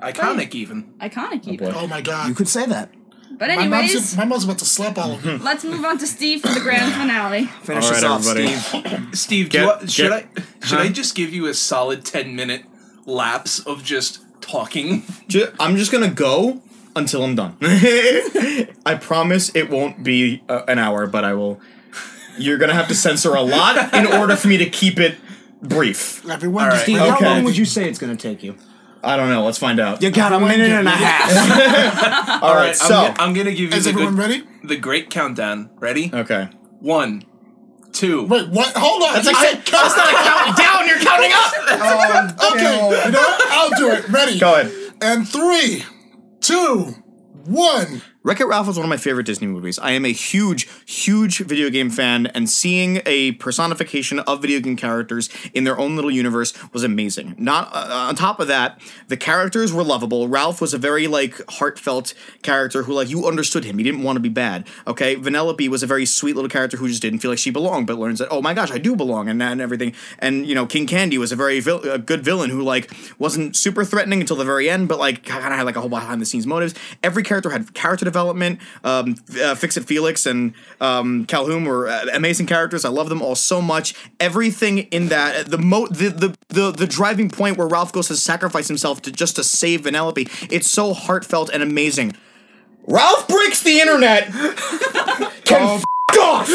C: Iconic, even.
A: iconic.
B: Oh,
A: even.
B: boy.
D: Oh my
E: You
D: god.
E: could say that.
A: But
D: My mom's,
A: anyways,
D: my mom's about to slap all of you.
A: let's move on to Steve for the grand finale.
E: Finish
F: All
E: us
F: right,
E: off,
F: everybody.
E: Steve.
C: Steve, do
F: Get-
C: you, wa- should
F: get-
C: I should I just give you a solid ten minute lapse of just talking?
B: Ju- I'm just gonna go until I'm done. I promise it won't be uh, an hour, but I will. You're gonna have to censor a lot in order for me to keep it brief.
D: Everyone,
C: All
D: just
C: right.
E: Steve,
D: let
E: how
B: Okay.
E: long would you say it's going to take you?
B: I don't know. Let's find out.
E: You got a minute and a half.
B: All right.
C: I'm
B: So
C: g- I'm, gonna give you
D: Is
C: the,
D: everyone
C: good-
D: ready?
C: the great countdown. Ready?
B: okay.
C: One, two.
D: Wait, what? Hold on. That's
B: I- that's not a countdown. You're counting up. Um,
D: okay, you know what? I'll do it. Ready?
B: Go ahead.
D: And three, two, one.
B: Wreck It Ralph is one of my favorite Disney movies. I am a huge, huge video game fan, and seeing a personification of video game characters in their own little universe was amazing. Not uh, on top of that, the characters were lovable. Ralph was a very like heartfelt character who like you understood him. He didn't want to be bad. Okay, Vanellope was a very sweet little character who just didn't feel like she belonged, but learns that oh my gosh, I do belong, and and everything. And you know, King Candy was a very vil- a good villain who like wasn't super threatening until the very end, but like kind of had like a whole behind the scenes motives. Every character had character development. Um, uh, Fix It Felix and um, Calhoun were uh, amazing characters. I love them all so much. Everything in that the mo the, the the the driving point where Ralph goes to sacrifice himself to just to save Vanellope. It's so heartfelt and amazing. Ralph breaks the internet. Can f- off.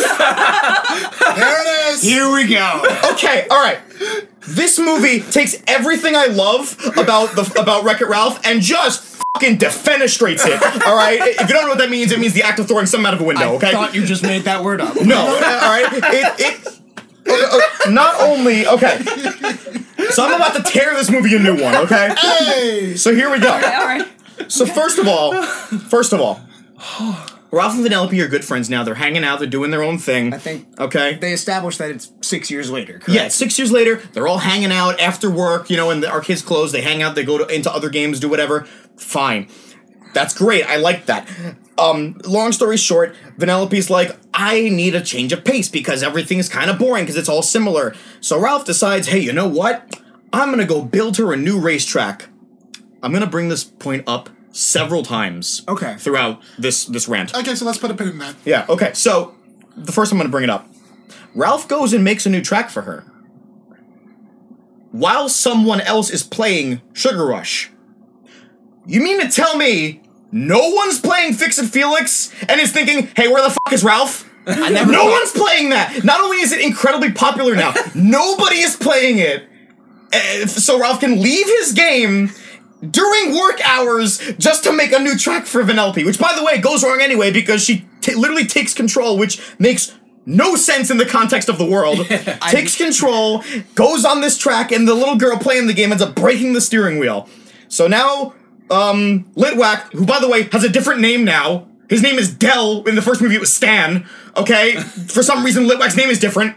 D: There it is.
E: Here we go.
B: Okay, all right. This movie takes everything I love about the about Wreck It Ralph and just fucking defenestrates it. All right, if you don't know what that means, it means the act of throwing something out of a window. Okay,
E: Thought you just made that word up.
B: no, all right. It, it okay, okay, not only okay. So I'm about to tear this movie a new one. Okay,
D: Hey.
B: so here we go.
A: All right.
B: So first of all, first of all, Ralph and Vanellope are good friends now. They're hanging out. They're doing their own thing.
E: I think uh,
B: Okay.
E: they established that it's six years later. Correct?
B: Yeah, six years later, they're all hanging out after work, you know, and the, our kids close, they hang out, they go to, into other games, do whatever. Fine. That's great. I like that. Um, long story short, Vanellope's like, I need a change of pace because everything is kind of boring because it's all similar. So Ralph decides, hey, you know what? I'm going to go build her a new racetrack. I'm going to bring this point up several times
E: Okay.
B: throughout this this rant.
D: Okay, so let's put a pin in that.
B: Yeah, okay. So, the first I'm going to bring it up. Ralph goes and makes a new track for her. While someone else is playing Sugar Rush. You mean to tell me no one's playing Fix It Felix and is thinking, hey, where the fuck is Ralph?
E: I never
B: No
E: thought-
B: one's playing that. Not only is it incredibly popular now, nobody is playing it. Uh, So Ralph can leave his game during work hours just to make a new track for Vanellope, which by the way goes wrong anyway because she t- literally takes control, which makes no sense in the context of the world. takes control, goes on this track, and the little girl playing the game ends up breaking the steering wheel. So now, um, Litwack, who by the way has a different name now, his name is Dell. In the first movie, it was Stan. Okay, for some reason, Litwack's name is different.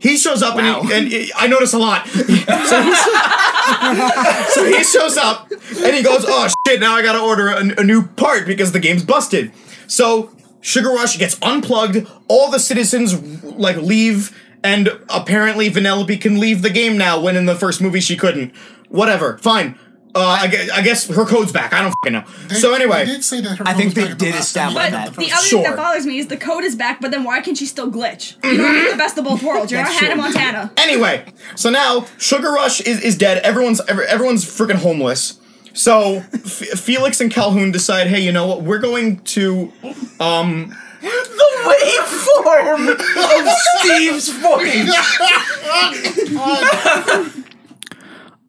B: He shows up
E: Wow.
B: and, he, and he- I notice a lot. So, he's- so he shows up and he goes, "Oh shit! Now I gotta order a, a new part because the game's busted." So Sugar Rush gets unplugged. All the citizens like leave, and apparently Vanellope can leave the game now. When in the first movie she couldn't. Whatever. Fine. Uh, I, guess, I guess her code's back. I don't fucking know. so anyway,
D: they did say that. Her
E: I
D: phone was
E: think they
D: back at the
E: did
D: last time.
A: But
E: establish that.
A: the other thing
B: Sure.
A: that bothers me is the code is back, but then why can she still glitch? You know, the best of both worlds. You're not
E: That's
A: Hannah
E: true.
A: Montana.
B: Anyway, so now Sugar Rush is, is dead. Everyone's every, everyone's freaking homeless. So F- Felix and Calhoun decide, hey, you know what? We're going to
C: waveform of Steve's voice.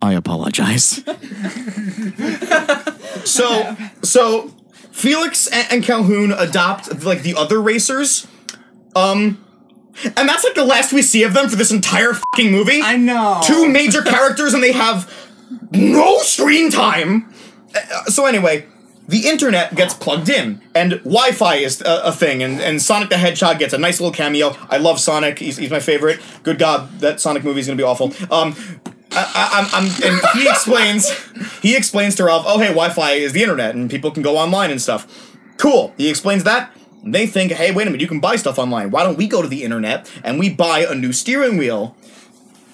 E: I apologize.
B: so so Felix and, and Calhoun adopt like the other racers. Um and that's like the last we see of them for this entire fucking movie.
E: I know.
B: Two major characters and they have no screen time. Uh, So anyway, the internet gets plugged in and Wi-Fi is uh, a, a thing and, and Sonic the Hedgehog gets a nice little cameo. I love Sonic. He's, he's my favorite. Good God, that Sonic movie is going to be awful. Um I, I, I'm, I'm, and he explains, he explains to Ralph, oh hey, Wi-Fi is the internet, and people can go online and stuff. Cool. He explains that. And They think, hey, wait a minute, you can buy stuff online. Why don't we go to the internet and we buy a new steering wheel?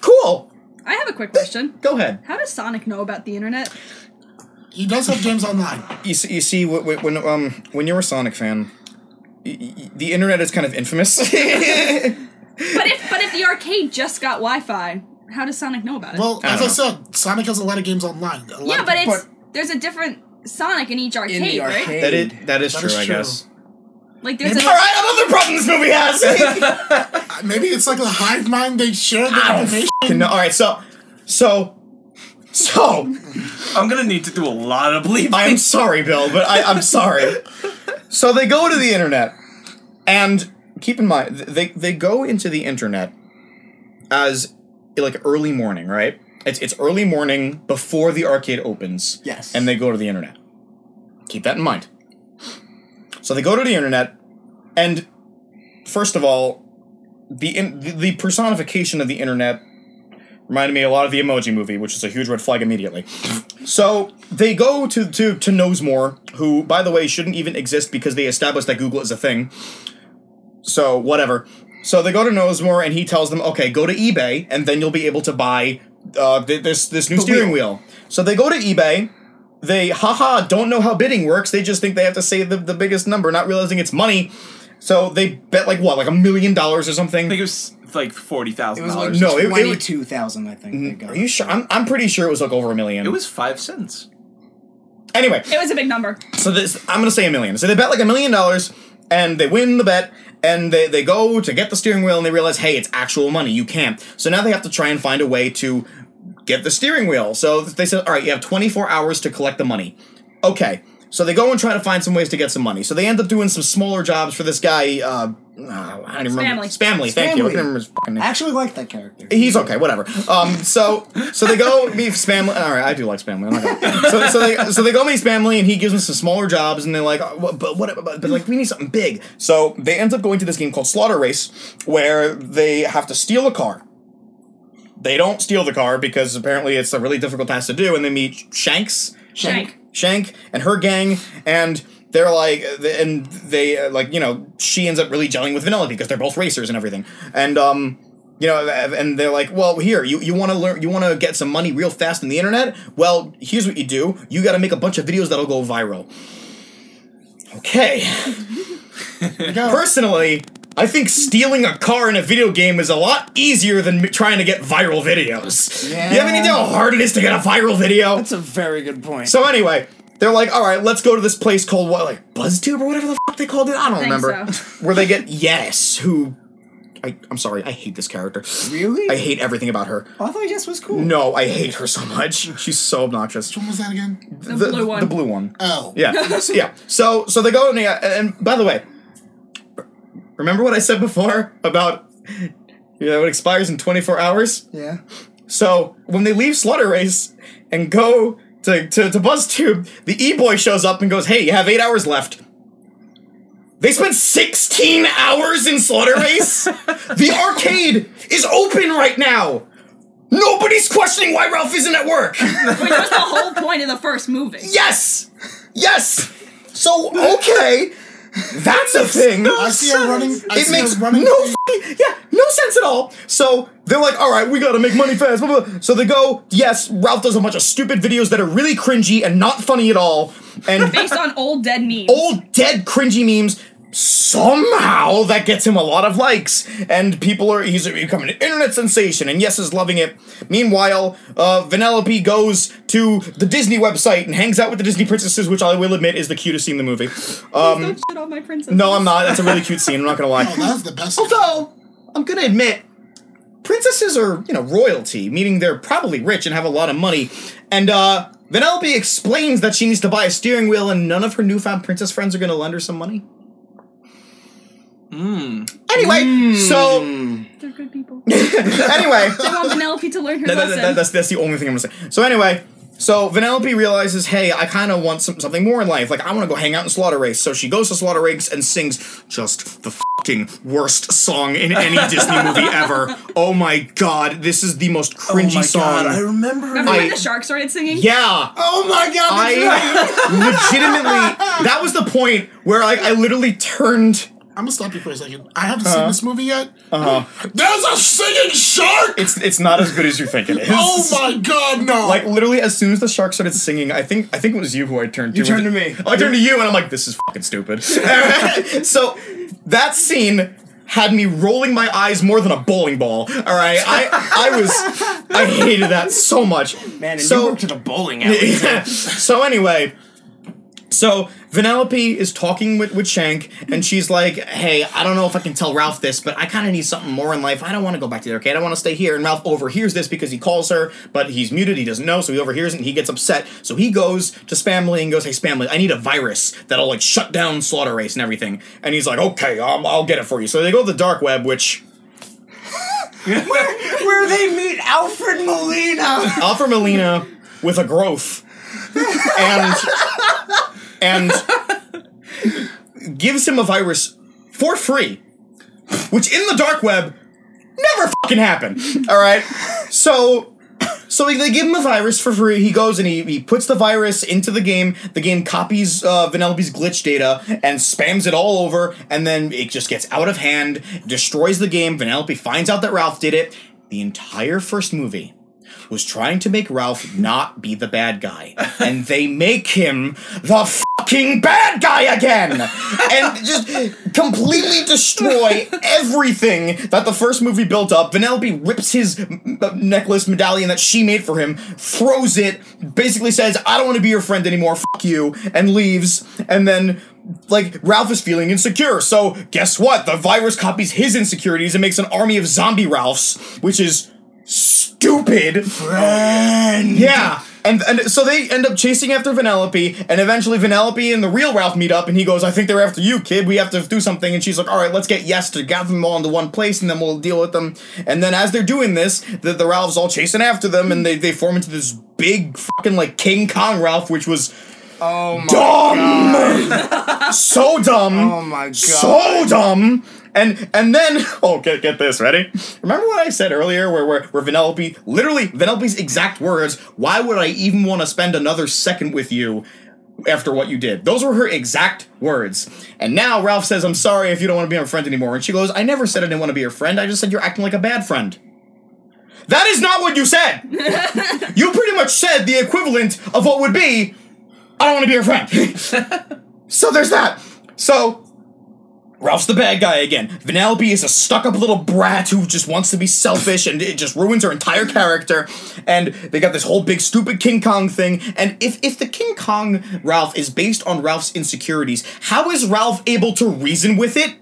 B: Cool.
A: I have a quick question.
B: Go ahead.
A: How does Sonic know about the internet?
D: He does have games online.
B: You see, you see wh- wh- when um when you're a Sonic fan, y- y- the internet is kind of infamous.
A: But if but if the arcade just got Wi-Fi, how does Sonic know about it?
D: Well,
B: I
D: as
B: don't
D: I said, Sonic has a lot of games online. A lot
A: yeah,
D: of-
A: but it's there's a different Sonic in each arcade,
E: in the
A: right?
E: arcade.
B: that is that is
D: That
B: true,
D: is
B: I
D: true.
B: guess.
A: Like there's
B: All right, another problem this movie has.
D: maybe it's like a hive mind. They share the information.
B: Okay, no, all right, so so so
C: I'm gonna need to do a lot of bleeping.
B: I'm sorry, Bill, but I, I'm sorry. So they go to the internet, and keep in mind th- they they go into the internet as like early morning, right? It's it's early morning before the arcade opens.
E: Yes.
B: and they go to the internet. Keep that in mind. So they go to the internet, and first of all, the in, the- the personification of the internet reminded me a lot of the Emoji Movie, which is a huge red flag immediately. So they go to to to Nosemore, who, by the way, shouldn't even exist because they established that Google is a thing. So whatever. So they go to Nosemore, and he tells them, "Okay, go to eBay, and then you'll be able to buy uh, th- this this new steering wheel." So they go to eBay. They haha don't know how bidding works. They just think they have to say the, the biggest number, not realizing it's money. So they bet like what, like a million dollars or something.
C: I think it was like forty
E: It
C: thousand
E: was
C: dollars.
B: No,
E: like no,
B: it- Mm-hmm. it was-
E: twenty-two thousand. I think. they got.
B: Are you sure? I'm, I'm pretty sure it was like over a million.
C: It was five cents.
B: anyway.
A: it was a big number.
B: So this, I'm gonna say a million. So they bet like a million dollars, and they win the bet, and they, they go to get the steering wheel, and they realize, hey, it's actual money. You can't. So now they have to try and find a way to get the steering wheel. So they said, all right, you have 24 hours to collect the money. Okay. So they go and try to find some ways to get some money. So they end up doing some smaller jobs for this guy. Uh, uh, I don't even remember.
A: Spamly.
B: Spamly. Thank you. I
E: Spamly.
B: can't remember his fucking name.
E: I actually like that character.
B: He's okay, whatever. Um, so so they go meet Spamly. All right, I do like Spamly. I'm not gonna. So, so they so they go meet Spamly, and he gives them some smaller jobs, and they're like, oh, what- but what? But, but like, we need something big. So they end up going to this game called Slaughter Race, where they have to steal a car. They don't steal the car because apparently it's a really difficult task to do, and they meet Shanks.
A: Shank.
B: Shank and her gang, and they're like, and they uh, like, you know, she ends up really gelling with Vanellope because they're both racers and everything, and um, you know, and they're like, well, here, you you want to learn, you want to get some money real fast in the internet? Well, here's what you do: you got to make a bunch of videos that'll go viral. Okay.
A: Oh.
B: Personally, I think stealing a car in a video game is a lot easier than m- trying to get viral videos. You have any idea how hard it is to get a viral video?
E: That's a very good point.
B: So anyway, They're like, all right, let's go to this place called what, like BuzzTube or whatever the fuck they called it. I don't
A: Think
B: remember.
A: so.
B: Where they get yes, who, I, I'm sorry, I hate this character.
E: Really? Oh,
B: I hate everything about her.
E: I thought Jess was cool.
B: No, I hate her so much. She's so obnoxious.
D: What was that again?
A: The, blue one.
B: The blue one.
D: Oh.
B: Yeah, so, yeah. So so they go and, they- and by the way, remember what I said before about you know it expires in 24 hours.
E: Yeah.
B: So when they leave Slaughter Race and go to to, to BuzzTube, the E Boy shows up and goes, "Hey, you have eight hours left." They spent 16 hours in Slaughter Race. the arcade is open right now. Nobody's questioning why Ralph isn't at work.
A: Which was the whole point of the first movie.
B: Yes! Yes! So, okay, that's a thing.
D: I see her running. I
B: it
D: see
B: makes
D: her running.
B: no f- yeah, no sense at all. So they're like, all right, we gotta make money fast. blah, blah, blah. So they go, yes, Ralph does a bunch of stupid videos that are really cringy and not funny at all, and
A: Based on old dead memes.
B: old dead cringy memes. Somehow that gets him a lot of likes, and people are he's becoming an internet sensation, and yes is loving it. Meanwhile, uh, Vanellope goes to the Disney website and hangs out with the Disney princesses, which I will admit is the cutest scene in the movie. Um,
A: Don't shit on my princess.
B: no, I'm not. That's a really cute scene. I'm not gonna lie.
D: Oh, that was the best.
B: Although, I'm gonna admit, princesses are, you know, royalty, meaning they're probably rich and have a lot of money. And, uh, Vanellope explains that she needs to buy a steering wheel and none of her newfound princess friends are gonna lend her some money. Anyway, so,
A: They're good people. I
B: anyway.
A: want Penelope to learn her
B: That- that-
A: lesson.
B: that- that's, that's the only thing I'm gonna say. So anyway, so Vanellope realizes, hey, I kind of want some, something more in life. Like I want to go hang out in Slaughter Race. So she goes to Slaughter Race and sings just the fucking worst song in any Disney movie ever. Oh my god, this is the most
C: Oh
B: cringy
C: my
B: song.
C: god, I remember.
A: Remember
B: I-
A: when the shark started singing?
B: yeah.
E: Oh my god.
B: I legitimately that was the point where like I literally turned
D: I'm gonna stop you for a second. I haven't
B: Uh-huh.
D: seen this movie yet. There's a singing shark.
B: it's it's not as good as you think it is.
D: Oh my god, no!
B: Like literally, as soon as the shark started singing, I think I think it was you who I turned to.
E: You turned to me.
B: I turned to you, and I'm like, "This is fucking stupid." so that scene had me rolling my eyes more than a bowling ball. All right, I I was I hated that so much.
E: Man, and
B: so
E: you worked at a bowling alley.
B: so anyway, so Vanellope is talking with, with Shank, and she's like, "Hey, I don't know if I can tell Ralph this, but I kind of need something more in life. I don't want to go back to the arcade. I want to stay here." And Ralph overhears this because he calls her, but he's muted. He doesn't know, so he overhears it and he gets upset. So he goes to Spamly and goes, "Hey, Spamly, I need a virus that'll like shut down Slaughter Race and everything." And he's like, "Okay, um, I'll get it for you." So they go to the dark web, which
E: Where they meet Alfred Molina.
B: Alfred Molina with a growth, and and gives him a virus for free, which in the dark web never fucking happened. All right, so. So they- they give him a virus for free. He goes and he, he puts the virus into the game. The game copies uh, Vanellope's glitch data and spams it all over, and then it just gets out of hand, destroys the game. Vanellope finds out that Ralph did it. The entire first movie was trying to make Ralph not be the bad guy, and they make him the fucking bad guy again, and just completely destroy everything that the first movie built up. Vanellope rips his m- m- necklace medallion that she made for him, throws it, basically says, "I don't want to be your friend anymore. Fuck you," and leaves. And then like Ralph is feeling insecure. So guess what? The virus copies his insecurities and makes an army of zombie Ralphs, which is stupid.
E: Friend.
B: Yeah. And, and so they end up chasing after Vanellope, and eventually Vanellope and the real Ralph meet up, and he goes, I think they're after you, kid. We have to do something. And she's like, All right, let's get Yes to gather them all into one place, and then we'll deal with them. And then as they're doing this, the, the Ralph's all chasing after them, and they, they form into this big fucking like King Kong Ralph, which was
E: Oh my.
B: dumb. so dumb.
E: Oh my god.
B: So dumb. And and then oh get get this ready. Remember what I said earlier where where, where Vanellope literally Vanellope's exact words. Why would I even want to spend another second with you? After what you did, those were her exact words. And now Ralph says, "I'm sorry if you don't want to be my friend anymore." And she goes, "I never said I didn't want to be your friend. I just said you're acting like a bad friend." That is not what you said. you pretty much said the equivalent of what would be, "I don't want to be your friend." so there's that. So Ralph's the bad guy again. Vanellope is a stuck up little brat who just wants to be selfish and it just ruins her entire character. And they got this whole big stupid King Kong thing. And if, if the King Kong Ralph is based on Ralph's insecurities, how is Ralph able to reason with it?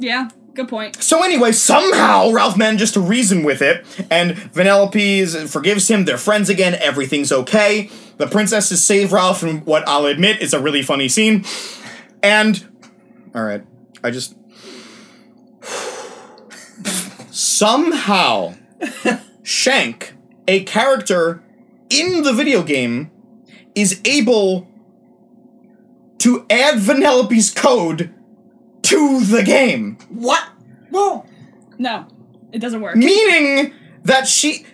A: Yeah, good point.
B: So anyway, somehow Ralph manages to reason with it, and Vanellope is- forgives him. They're friends again. Everything's okay. The princesses save Ralph from what I'll admit is a really funny scene. And all right, I just somehow Shank, a character in the video game, is able to add Vanellope's code to the game.
E: What? Well,
A: No, it doesn't work.
B: meaning that she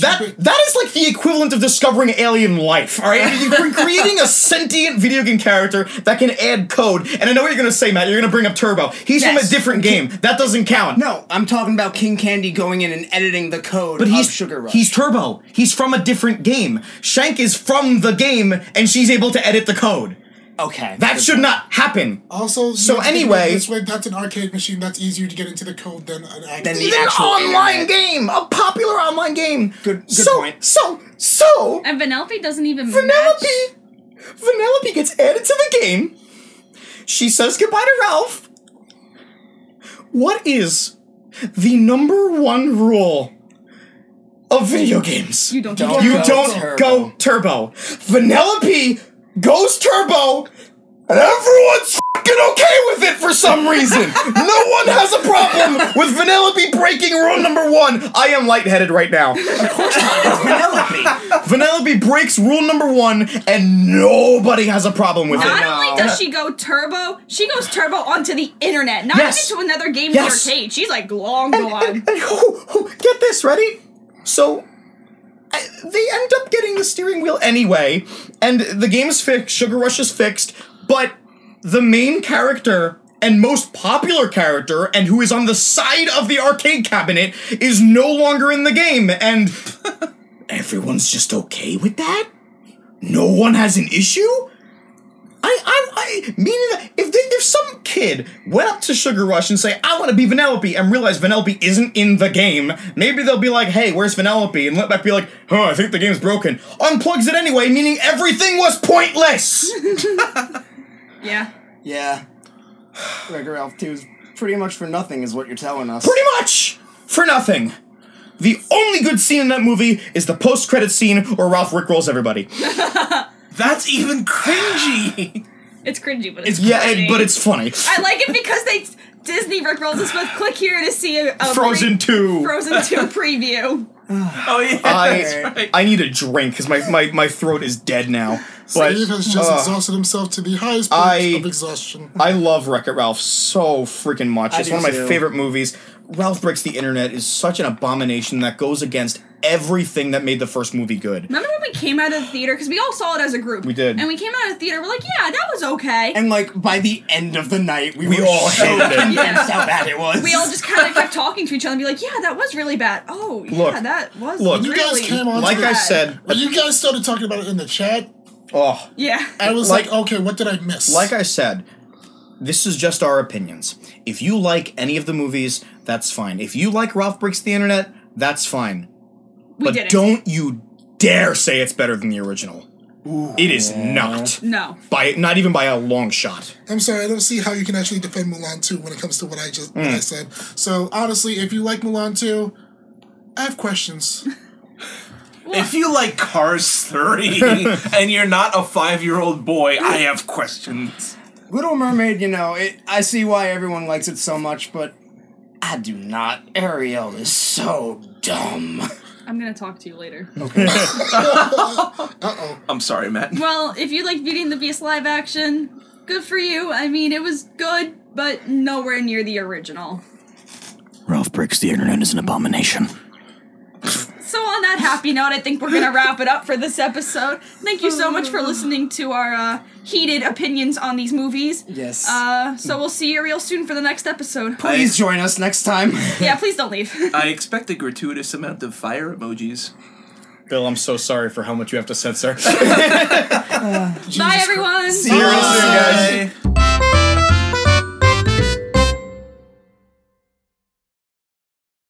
B: that that is like the equivalent of discovering alien life all right you're creating a sentient video game character that can add code and i know what you're gonna say matt you're gonna bring up turbo he's from a
E: Yes.
B: different game that doesn't count
E: no, I'm talking about King Candy going in and editing the code
B: but he's
E: of Sugar Rush.
B: he's turbo he's from a different game shank is from the game and she's able to edit the code
E: okay.
B: that should not happen
D: Also, you
B: So
D: have to think
B: anyway-
D: about it this way that's an arcade machine. That's easier to get into the code than an
E: Than
D: actual.
E: the
B: It's an
E: actual
B: online
E: internet.
B: game a popular online game
E: Good- good
B: so
E: point.
B: so so
A: And Vanellope doesn't even match.
B: Vanellope. Vanellope gets added to the game. She says goodbye to Ralph. What is the number one rule of video games?
A: You don't.
E: Don't.
A: do
B: You
A: that.
E: go
B: don't
E: turbo.
B: go turbo. Vanellope goes turbo, and everyone's fing okay with it for some reason. no one has a problem with Vanellope breaking rule number one. I am lightheaded right now.
E: Penelope.
B: Vanellope breaks rule number one, and nobody has a problem with
A: Not
B: it.
A: only does she go turbo, she goes turbo onto the internet, not
B: Yes.
A: even to another game
B: Yes.
A: in the arcade. She's like long gone.
B: And, and who, who, get this, ready? So uh, they end up getting the steering wheel anyway, and the game's fixed, Sugar Rush is fixed, but the main character and most popular character and who is on the side of the arcade cabinet is no longer in the game and everyone's just okay with that? No one has an issue? I, I, I meaning that if they, if some kid went up to Sugar Rush and say I want to be Vanellope and realize Vanellope isn't in the game, maybe they'll be like, hey, where's Vanellope? And let back be like, oh, I think the game's broken. Unplugs it anyway, meaning everything was pointless.
A: yeah.
E: yeah. Sugar Ralph 2 is pretty much for nothing, is what you're telling us.
B: Pretty much for nothing. The only good scene in that movie is the post-credit scene where Ralph rickrolls everybody.
C: That's even cringy.
A: It's cringy, but it's
B: Yeah,
A: funny.
B: and, but it's funny.
A: I like it because they Disney Rickrolls us with click here to see a, a
B: Frozen
A: re-
B: Two.
A: Frozen Two preview.
C: oh yeah,
B: I,
C: that's right.
B: I need a drink because my, my, my throat is dead now. But uh,
D: Dave has just exhausted himself to the highest point
B: I-
D: of exhaustion.
B: I love Wreck It Ralph so freaking much. It's
E: do
B: one of my
E: too.
B: favorite movies. Ralph Breaks the Internet is such an abomination that goes against everything that made the first movie good.
A: Remember when we came out of the theater because we all saw it as a group. We
B: did.
A: and we came out of the theater. We're like, yeah, that was okay.
E: And like by the end of the night, we,
B: We
E: were
B: all
E: so
B: hated it.
E: convinced
A: Yeah.
E: how bad it was.
A: we all just kind of kept talking to each other and be like, yeah, that was really bad. Oh, yeah,
B: Look,
A: that was
B: look,
A: really
D: You guys came on
B: Like
D: to the-
B: I said,
D: When you guys started talking about it in the chat,
B: oh,
A: Yeah.
D: I was
B: Like-
D: like, okay, what did I miss?
B: like I said, this is just our opinions. If you like any of the movies, that's fine. If you like Ralph Breaks the Internet, that's fine.
A: We
B: but
A: didn't.
B: don't you dare say it's better than the original. it is not.
A: No.
B: By not even by a long shot.
D: I'm sorry, I don't see how you can actually defend Mulan 2 when it comes to what I just what I
B: Hmm.
D: said. So honestly, if you like Mulan 2, I have questions.
C: if you like Cars 3 and you're not a five-year-old boy, I have questions.
E: Little Mermaid, you know, it, I see why everyone likes it so much, but I do not. Ariel is so dumb.
A: I'm going to talk to you later.
C: I'm sorry, Matt.
A: Well, if you like Beauty and the Beast live action, good for you. I mean, it was good, but nowhere near the original.
E: Ralph breaks the internet is an abomination.
A: So, on that happy note, I think we're going to wrap it up for this episode. Thank you so much for listening to our uh, heated opinions on these movies.
E: Yes.
A: Uh, so, we'll see you real soon for the next episode.
E: Please join us next time.
A: Yeah, please don't leave.
C: I expect a gratuitous amount of fire emojis.
B: Bill, I'm so sorry for how much you have to censor.
A: Bye, everyone.
E: you.
B: Seriously.